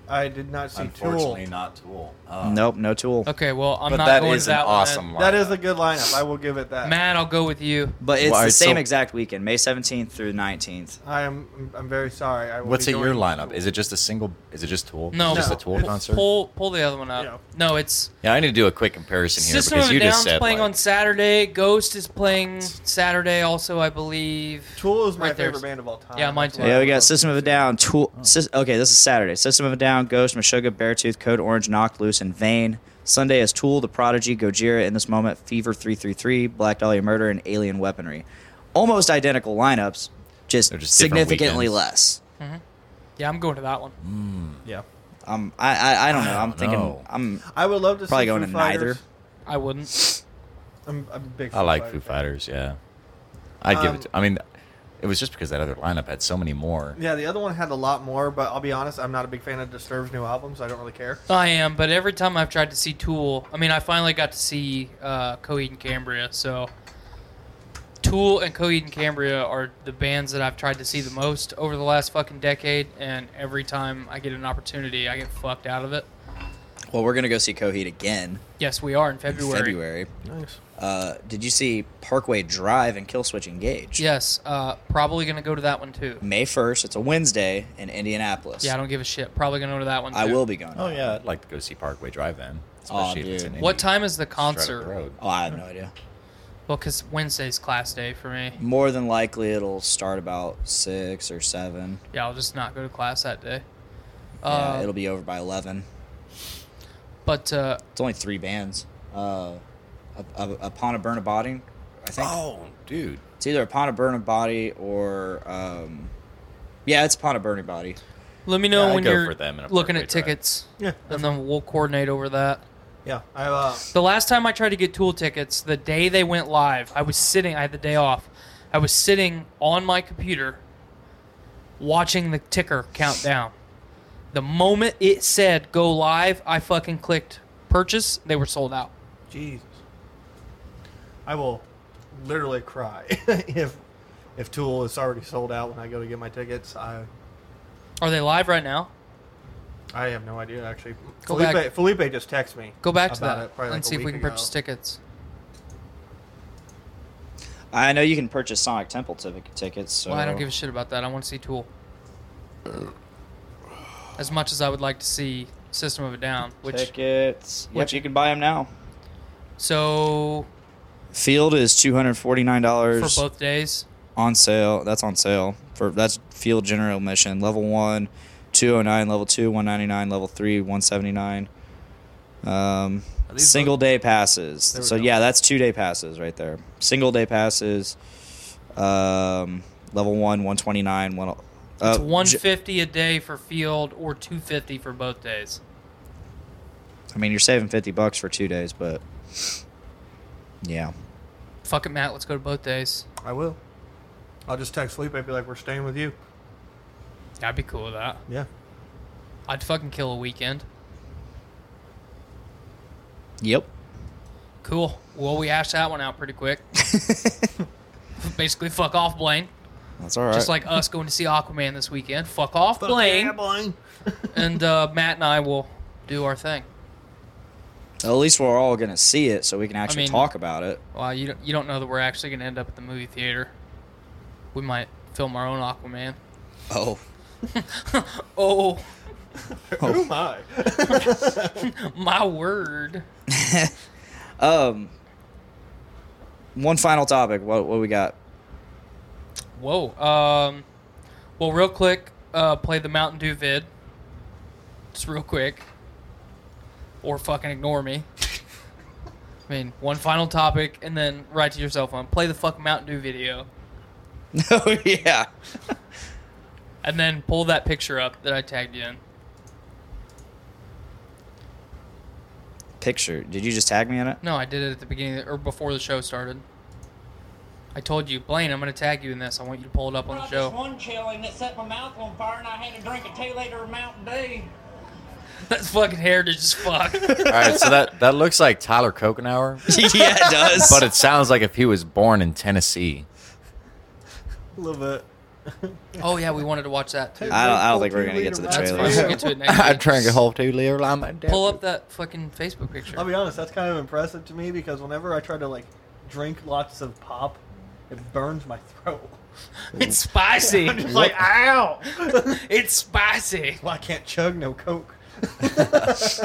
I: I did not see Tool.
D: not Tool. Um,
H: nope, no tool.
C: Okay, well I'm
D: but
C: not
D: that
C: going
D: is
C: to that
D: an
C: one.
D: awesome lineup.
I: That is a good lineup. I will give it that.
C: Matt, I'll go with you.
H: But it's
D: Why,
H: the same
D: so-
H: exact weekend, May 17th through 19th.
I: I am. I'm very sorry. I will
D: What's
I: be
D: in your
I: going to
D: lineup?
I: Tool.
D: Is it just a single? Is it just Tool?
C: No,
D: Is it just a
I: No.
D: Tool
C: Pull-
D: concert.
C: Pull pull the other one up.
I: Yeah.
C: No, it's
D: Yeah, I need to do a quick comparison here
C: System
D: because
C: of a
D: you just
C: Down's
D: said
C: playing
D: like,
C: on Saturday. Ghost is playing Saturday also, I believe.
I: Tool is my
C: Right there.
I: favorite band of all time.
C: Yeah, mine
I: That's
C: too.
I: why I
H: Yeah, we got
I: love
H: System of a Down. Tool. Sys- okay, this is Saturday. System of a Down, Ghost, Meshuggah, Beartooth, Code Orange, Knocked Loose, and Vane. Sunday is Tool, The Prodigy, Gojira, In This Moment, Fever 333, Black Dahlia Murder, and Alien Weaponry. Almost identical lineups, just,
D: They're just different
H: significantly
D: weekends.
H: less.
C: Yeah, I'm going to that one.
I: it. Yeah,
H: Um, I, I, I don't know. I'm
D: don't
H: thinking.
D: know.
H: I'm
I: I would love to
H: Probably
I: see
H: going
I: Foo
H: to
I: Fighters.
H: neither.
C: I wouldn't.
I: I'm, I'm a big.
D: I like Foo Fighters. Yeah, I'd give
I: Um,
D: it. To, I mean, it was just because that other lineup had so many more.
I: Yeah, the other one had a lot more, but I'll be honest, I'm not a big fan of Disturbed's new albums. I don't really care.
C: I am, but every time I've tried to see Tool, I mean, I finally got to see uh, Coheed and Cambria. So, Tool and Coheed and Cambria are the bands that I've tried to see the most over the last fucking decade, and every time I get an opportunity, I get fucked out of it.
H: well. We're gonna go see Coheed again
C: Yes, we are in
H: in
C: February.
H: February.
I: Nice.
H: Uh, did you see Parkway Drive and Killswitch Engage?
C: Yes, uh, probably gonna go to that one too.
H: May 1st. It's a Wednesday in Indianapolis.
C: Yeah, I don't give a shit. Probably gonna go to that one. Too.
H: I will be going.
D: Oh yeah, I'd like to go see Parkway Drive then.
H: Aw,
D: Especially if it's
H: dude.
D: in
C: What
D: Indy.
C: time is the
D: Straight up the
C: concert?
D: road.
H: Oh, I have no idea.
C: Well, because Wednesday's class day for me.
H: More than likely, it'll start about six or seven.
C: Yeah, I'll just not go to class that day.
H: Yeah,
C: Uh,
H: it'll be over by eleven.
C: but uh,
H: It's only three bands. Uh, Up- Up- upon a burn a body, I think
D: Oh, dude.
H: it's either upon a burn a body or um, yeah, it's upon a burning body.
C: let me know
D: Yeah, I'd
C: when
D: go
C: you're
D: for them in a
C: looking
D: Parkway
C: at
D: Drive.
C: tickets,
I: Yeah,
C: and then we'll coordinate over that.
I: Yeah, I uh,
C: The last time I tried to get Tool tickets, the day they went live, I was sitting. I had the day off. I was sitting on my computer, watching the ticker count down. The moment it said go live, I fucking clicked purchase. They were sold out.
I: Jesus, I will literally cry [LAUGHS] if if Tool is already sold out when I go to get my tickets. I
C: Are they live right now?
I: I have no idea actually.
C: Go
I: Felipe
C: back-
I: Felipe just texted me.
C: Go back to
I: about
C: that
I: it probably
C: and
I: like a
C: see if we
I: week
C: can
I: ago.
C: purchase tickets.
H: I know you can purchase Sonic Temple tic- tickets. So
C: Well, I don't give a shit about that. I want to see Tool. As much as I would like to see System of a Down, which
H: tickets. Yep,
C: which-
H: you can buy them now.
C: so
H: Field is two hundred forty nine
C: for
H: dollars
C: both days.
H: on sale. That's on sale for that's field general admission. Level one, two hundred nine. Level two, one ninety nine. Level three, one seventy nine. Um,
I: Are these
H: single
I: both-
H: day passes.
I: There we
H: So
I: go.
H: yeah, that's two day passes right there. Single day passes. Um, level one, one twenty nine. One.
C: It's
H: Uh,
C: one
H: j-
C: fifty a day for field or two fifty for both days.
H: I mean, you're saving fifty bucks for two days, but yeah.
C: Fuck it, Matt. Let's go to both days.
I: I will. I'll just text Felipe and be like, we're staying with you.
C: I'd be cool with that.
I: Yeah.
C: I'd fucking kill a weekend.
H: Yep.
C: Cool. Well, we hashed that one out pretty
H: [LAUGHS]
C: quick. Basically, fuck off, Blaine.
H: That's all right.
C: Just like us going to see Aquaman this weekend. Fuck off, Blaine.
I: Yeah, Blaine.
C: and uh, Matt and I will do our thing.
H: at least we're all gonna see it, so we can actually
C: mean-
H: talk about it.
C: Well, you don't, you don't know that we're actually going to end up at the movie theater. We might film our own Aquaman.
H: Oh,
C: Oh, [LAUGHS]
I: Who am I?
C: my word.
H: one final topic. What what we got?
C: Whoa. Um, well, real quick, uh, play the Mountain Dew vid. Just real quick. Or fucking ignore me. I mean, one final topic, and then right to your cell phone. Play the fucking Mountain Dew video,
H: [LAUGHS] oh yeah.
C: and then pull that picture up that I tagged you in.
H: Picture. Did you just tag me in
C: [LAUGHS]
H: it? [LAUGHS]
C: No, I did it at the beginning or before the show started. I told you, Blaine, I'm gonna tag you in this. I want you to pull it up on the
F: brought this
C: show. [LAUGHS]
F: one chilling that set my mouth on fire, and I had to drink a two liter of Mountain Dew.
C: That's fucking heritage as fuck.
D: All right, so that that looks like Tyler Kokenauer,
H: yeah, it does.
D: but it sounds like if he was born in Tennessee.
I: A little bit.
C: oh yeah, we wanted to watch that
I: [LAUGHS]
C: too.
H: I don't, I don't think we're gonna get to the
C: That's
I: That's
C: fine.
H: trailer.
C: We'll get
H: [LAUGHS]
C: to it
D: [LAUGHS]
C: next week.
D: whole two liter lime.
C: Pull up that fucking Facebook picture.
I: I'll be honest, that's kind of impressive to me because whenever I try to like drink lots of pop, it burns my throat. [LAUGHS]
C: It's spicy.
I: I'm just like, ow!
C: it's spicy.
I: well, I can't chug no Coke. [LAUGHS]
C: What's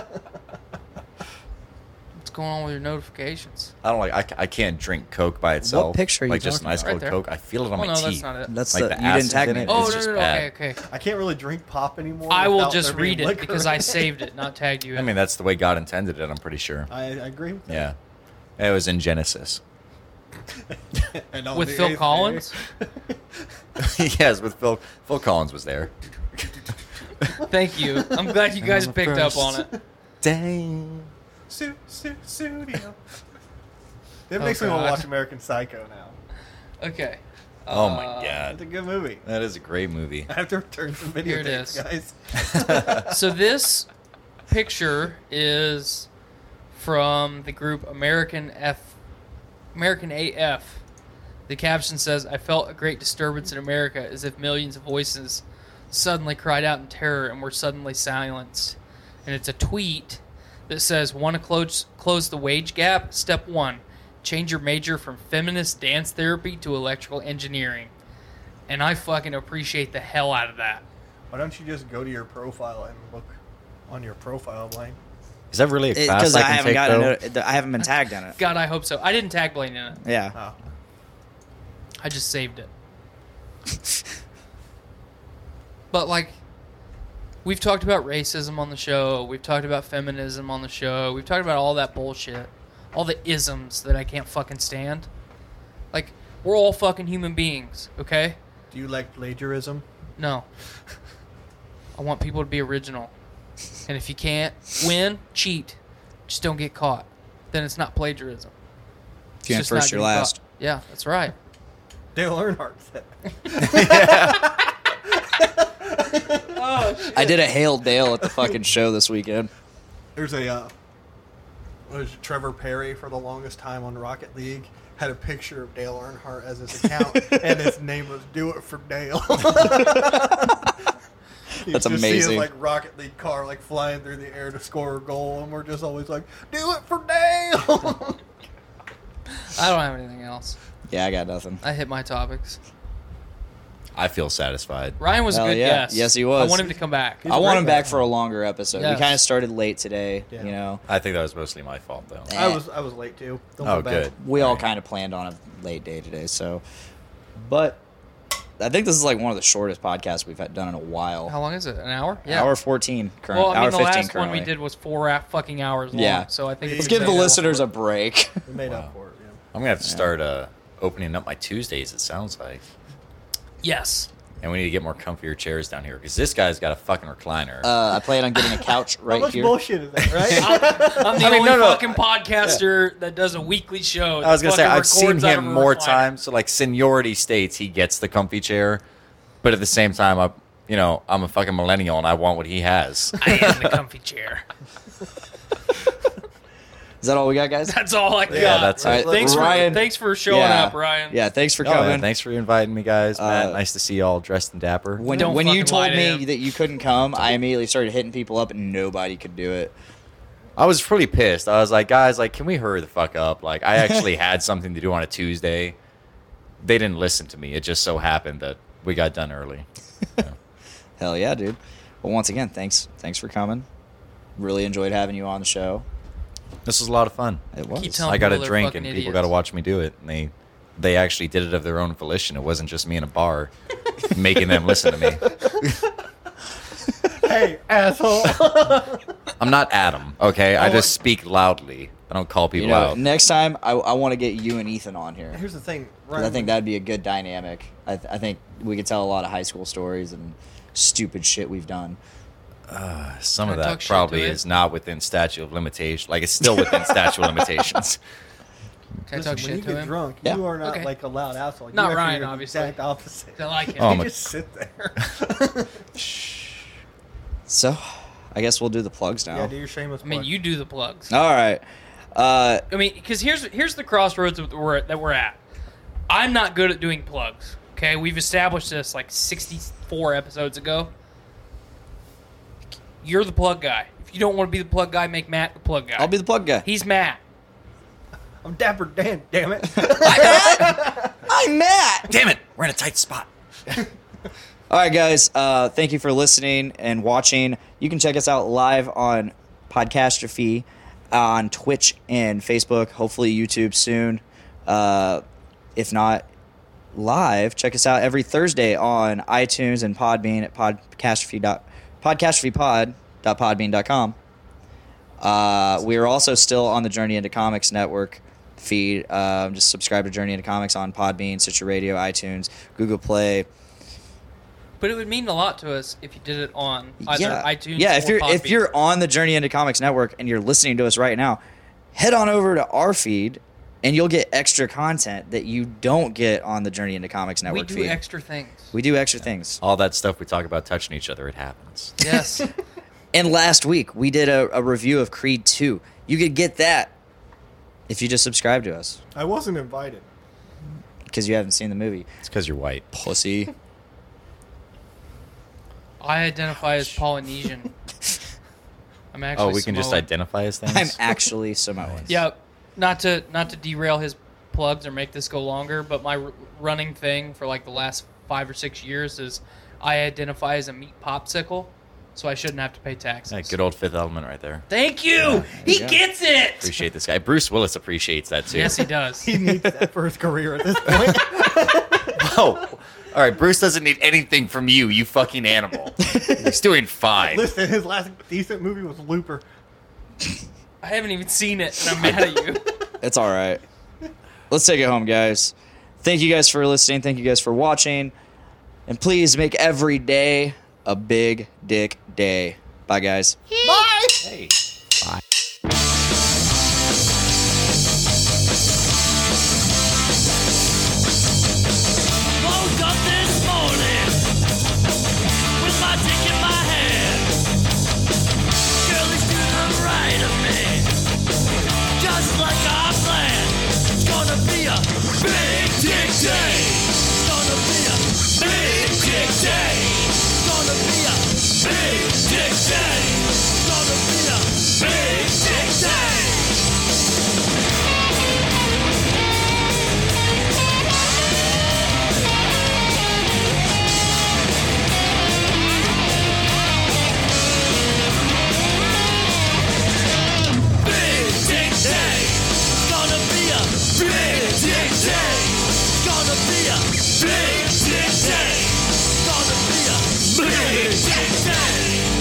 C: going on with your notifications?
D: I don't like. I, ca- I can't drink Coke by itself.
H: picture are you
D: Like just
H: talking
D: an ice
C: about?
D: cold
C: Right there.
D: Coke. I feel it on
C: Oh
D: my
C: no,
D: teeth.
C: that's not it.
H: That's
D: Like
H: the,
D: the
H: you didn't
D: acid
H: tag
D: in
H: me.
D: it.
C: oh
D: it's
C: no,
D: just
C: no, no,
D: bad.
C: okay, okay.
I: I can't really drink pop anymore.
C: I will
I: without
C: just
I: there being
C: read it
I: liquor
C: because
I: in
C: I saved it, not tagged you.
D: I
C: in.
D: mean, that's the way God intended it. I'm pretty sure.
I: [LAUGHS] I, I agree with
D: Yeah, it was in Genesis. [LAUGHS]
I: that. [LAUGHS] And on
C: with
I: the
C: Phil
I: eighth day- [LAUGHS]
C: Collins,
D: yes, with Phil. Phil Collins was there.
C: thank you. I'm glad you guys picked up on it.
D: Dang.
I: Su- su- studio.
C: [LAUGHS]
I: That
C: Oh,
I: makes me want
C: God.
I: to watch American Psycho now.
C: Okay.
D: Oh my
C: Uh,
I: It's
D: God,
I: a good movie.
D: that is a great movie.
I: I have to return some video
C: Here it
I: tapes,
C: is.
I: guys.
C: [LAUGHS] So this picture is from the group American F American AF. The caption says, "I felt a great disturbance in America as if millions of voices suddenly cried out in terror and were suddenly silenced." And it's a tweet that says, "Want to close close the wage gap? Step 1: Change your major from feminist dance therapy to electrical engineering." And I fucking appreciate the hell out of that.
I: Why don't you just go to your profile and look on your profile, Blaine?
D: Is that really a class
H: Because
D: I
H: I
D: can
H: haven't
D: take
H: gotten
D: though?
H: it. I haven't been tagged in it.
C: God, I hope so. I didn't tag Blaine in it.
H: Yeah.
I: Oh.
C: I just saved it. but like we've talked about racism on the show, we've talked about feminism on the show, we've talked about all that bullshit. All the isms that I can't fucking stand. Like, we're all fucking human beings, okay?
I: Do you like plagiarism? [LAUGHS]
C: No. I want people to be original. And if you can't win, cheat. Just don't get caught. Then it's not plagiarism.
H: If
C: It's
H: you ain't
C: just not
H: first, you're
C: getting caught.
H: last.
C: Yeah, that's right.
I: Dale Earnhardt said.
C: [LAUGHS]
H: I did a hail Dale at the fucking show this weekend.
I: There's a uh, what is it, Trevor Perry for the longest time on Rocket League had a picture of Dale Earnhardt as his account, and his name was "Do It for Dale." You
H: That's
I: just See
H: amazing.
I: his, like Rocket League car like flying through the air to score a goal, and we're just always like, "Do it for
H: [LAUGHS]
I: Dale."
C: I don't have anything else.
H: Yeah, I got nothing.
C: I hit my topics.
D: I feel satisfied.
C: Ryan was
H: Hell
C: a good
H: yeah.
C: guest.
H: Yes, he was.
C: I want him to come back.
H: I want him back for a longer episode.
C: Yes.
H: We kind of started late today.
I: Yeah.
H: You know,
D: I think that was mostly my fault though.
I: I was I was late too. Don't
D: Oh,
I: feel bad.
D: good.
H: we all kind of planned on a late day today. So, but I think this is like one of the shortest podcasts we've had done in a while.
C: How long is it? An hour? Yeah.
H: Hour fourteen current.
C: Well, I mean,
H: hour
C: the
H: fifteen
C: last
H: currently.
C: one we did was four a- fucking hours long.
H: Yeah.
C: So I think
H: Let's
C: we
H: give
C: should
H: the
C: go.
H: listeners a break. [LAUGHS]
I: We made up for it. Yeah.
D: I'm gonna have to start uh, opening up my Tuesdays. It sounds like,
C: Yes.
D: and we need to get more comfier chairs down here because this guy's got a fucking recliner.
H: Uh, I plan on getting a
C: [LAUGHS]
H: couch
I: How
H: right
I: much
H: here.
I: bullshit is that, right?
C: I'm the
D: I mean,
C: only
D: no, no,
C: fucking podcaster that does a weekly show.
D: I was gonna
C: that
D: say
C: fucking
D: I've seen
C: records out of
D: him
C: a
D: more
C: recliner.
D: times. So like seniority states, he gets the comfy chair, but at the same time, I, you know, I'm a fucking millennial and I want what he [LAUGHS] has.
C: [LAUGHS] I am the comfy chair.
H: Is that all we got, guys?
C: That's all I got.
D: that's it. All right,
C: Thanks for
H: Ryan-
C: thanks for showing
H: yeah.
C: up, Ryan.
H: Yeah, thanks for
D: Oh,
H: coming.
D: man, thanks for inviting me, guys. Matt,
H: Uh,
D: nice to see you all dressed and dapper.
H: When,
C: Don't
H: when you
C: fucking lie
H: told
C: to
H: me
C: him.
H: that you couldn't come, I immediately started hitting people up, and nobody could do it.
D: I was pretty pissed. I was like, guys, like, can we hurry the fuck up? Like, I [LAUGHS] actually had something to do on a Tuesday. They didn't listen to me. It just so happened that we got done early.
H: Hell yeah, dude. Well, once again, thanks, thanks for coming. Really enjoyed having you on the show.
D: This was a lot of fun.
H: It was.
C: telling-
D: I got a
C: people they're
D: drink
C: fucking
D: and people
C: idiots.
D: got to watch me do it, and they they actually did it of their own volition. It wasn't just me in
C: [LAUGHS]
D: a bar making them listen to me.
I: hey, asshole.
D: I'm not Adam, okay?
C: Oh,
D: I just speak loudly. I don't call
H: You
D: people
H: know,
D: out.
H: next time I, I want to get you and Ethan on here.
I: Here's the thing.
H: 'Cause I think that'd be a good dynamic. I, th- I think we could tell a lot of high school stories and stupid shit we've done.
D: Some of
C: Can I talk
D: that
C: shit
D: probably
C: to it?
D: is not within statute of limitation. Like it's still within
C: [LAUGHS]
D: statute of limitations.
C: Can I
I: Listen,
C: talk
I: when
C: shit
I: you
C: to
I: get
C: him?
I: drunk,
H: Yeah.
I: you are not
C: Okay.
I: like a loud asshole. You
C: Not
I: actually
C: Ryan,
I: are the
C: obviously.
I: Exact opposite.
C: I
I: [LAUGHS]
C: like him.
D: Oh,
I: you
D: my-
I: just sit [LAUGHS] there.
H: So, I guess we'll do the plugs now.
I: yeah, do your shameless.
C: I mean,
I: plug.
C: you do the plugs.
H: All right. Uh,
C: I mean, because here's here's the crossroads that we're that we're at. I'm not good at doing plugs. Okay, we've established this like 64 episodes ago. You're the plug guy. If you don't want to be the plug guy, make Matt the plug guy.
H: I'll be the plug guy.
C: He's Matt.
I: I'm Dapper Dan. Damn it.
H: I'm Matt.
D: Damn it, we're in a tight spot.
H: All right, guys. Uh, thank you for listening and watching. You can check us out live on Podcastrophe on Twitch and Facebook. Hopefully, YouTube soon. Uh, if not live, check us out every Thursday on iTunes and Podbean at podcastrophe dot podcastrophe.pod.podbean.com. Uh, we are also still on the Journey into Comics Network feed. Um, just subscribe to Journey into Comics on Podbean, Stitcher Radio, iTunes, Google Play.
C: But it would mean a lot to us if you did it on either iTunes.
H: Yeah, if
C: or
H: you're if
C: Podbean.
H: you're on the Journey into Comics Network and you're listening to us right now, head on over to our feed and you'll get extra content that you don't get on the Journey into Comics
C: we
H: Network
C: do
H: feed.
C: extra things.
H: we do extra things.
D: All that stuff we talk about touching each other, it happens.
H: [LAUGHS]
C: yes,
H: And last week we did a, a review of Creed 2. You could get that if you just subscribe to us
I: I wasn't invited.
H: because you haven't seen the movie.
D: It's because you're white.
H: Pussy.
C: I identify as
H: [LAUGHS]
C: Polynesian. I'm actually.
D: oh, we can just
C: Samoan.
D: identify as things.
H: I'm actually Samoan.
C: [LAUGHS] Yeah, not to not to derail his plugs or make this go longer, but my r- running thing for like the last five or six years is I identify as a meat popsicle, so I shouldn't have to pay taxes.
D: Yeah, good old Fifth Element right there.
C: Thank you. he gets it.
D: Appreciate this guy. Bruce Willis appreciates that too.
C: Yes, he does.
I: He needs that for his career [LAUGHS] at this point.
D: [LAUGHS] Oh, all right. Bruce doesn't need anything from you, you fucking animal. He's doing fine.
I: Listen, his last decent movie was Looper.
C: I haven't even seen it, and I'm mad at you.
H: It's all right. Let's take it home, guys. Thank you guys for listening. Thank you guys for watching. And please make every day a big dick day. Bye, guys.
D: Hey.
G: Woke up this morning with my dick in my hand. Girl is to the right of me, just like I planned. It's gonna be a big dick day. It's gonna be a big dick day. It's gonna be a big dick day. It's gonna be a big dick day. Big
D: Shit, shit, shit.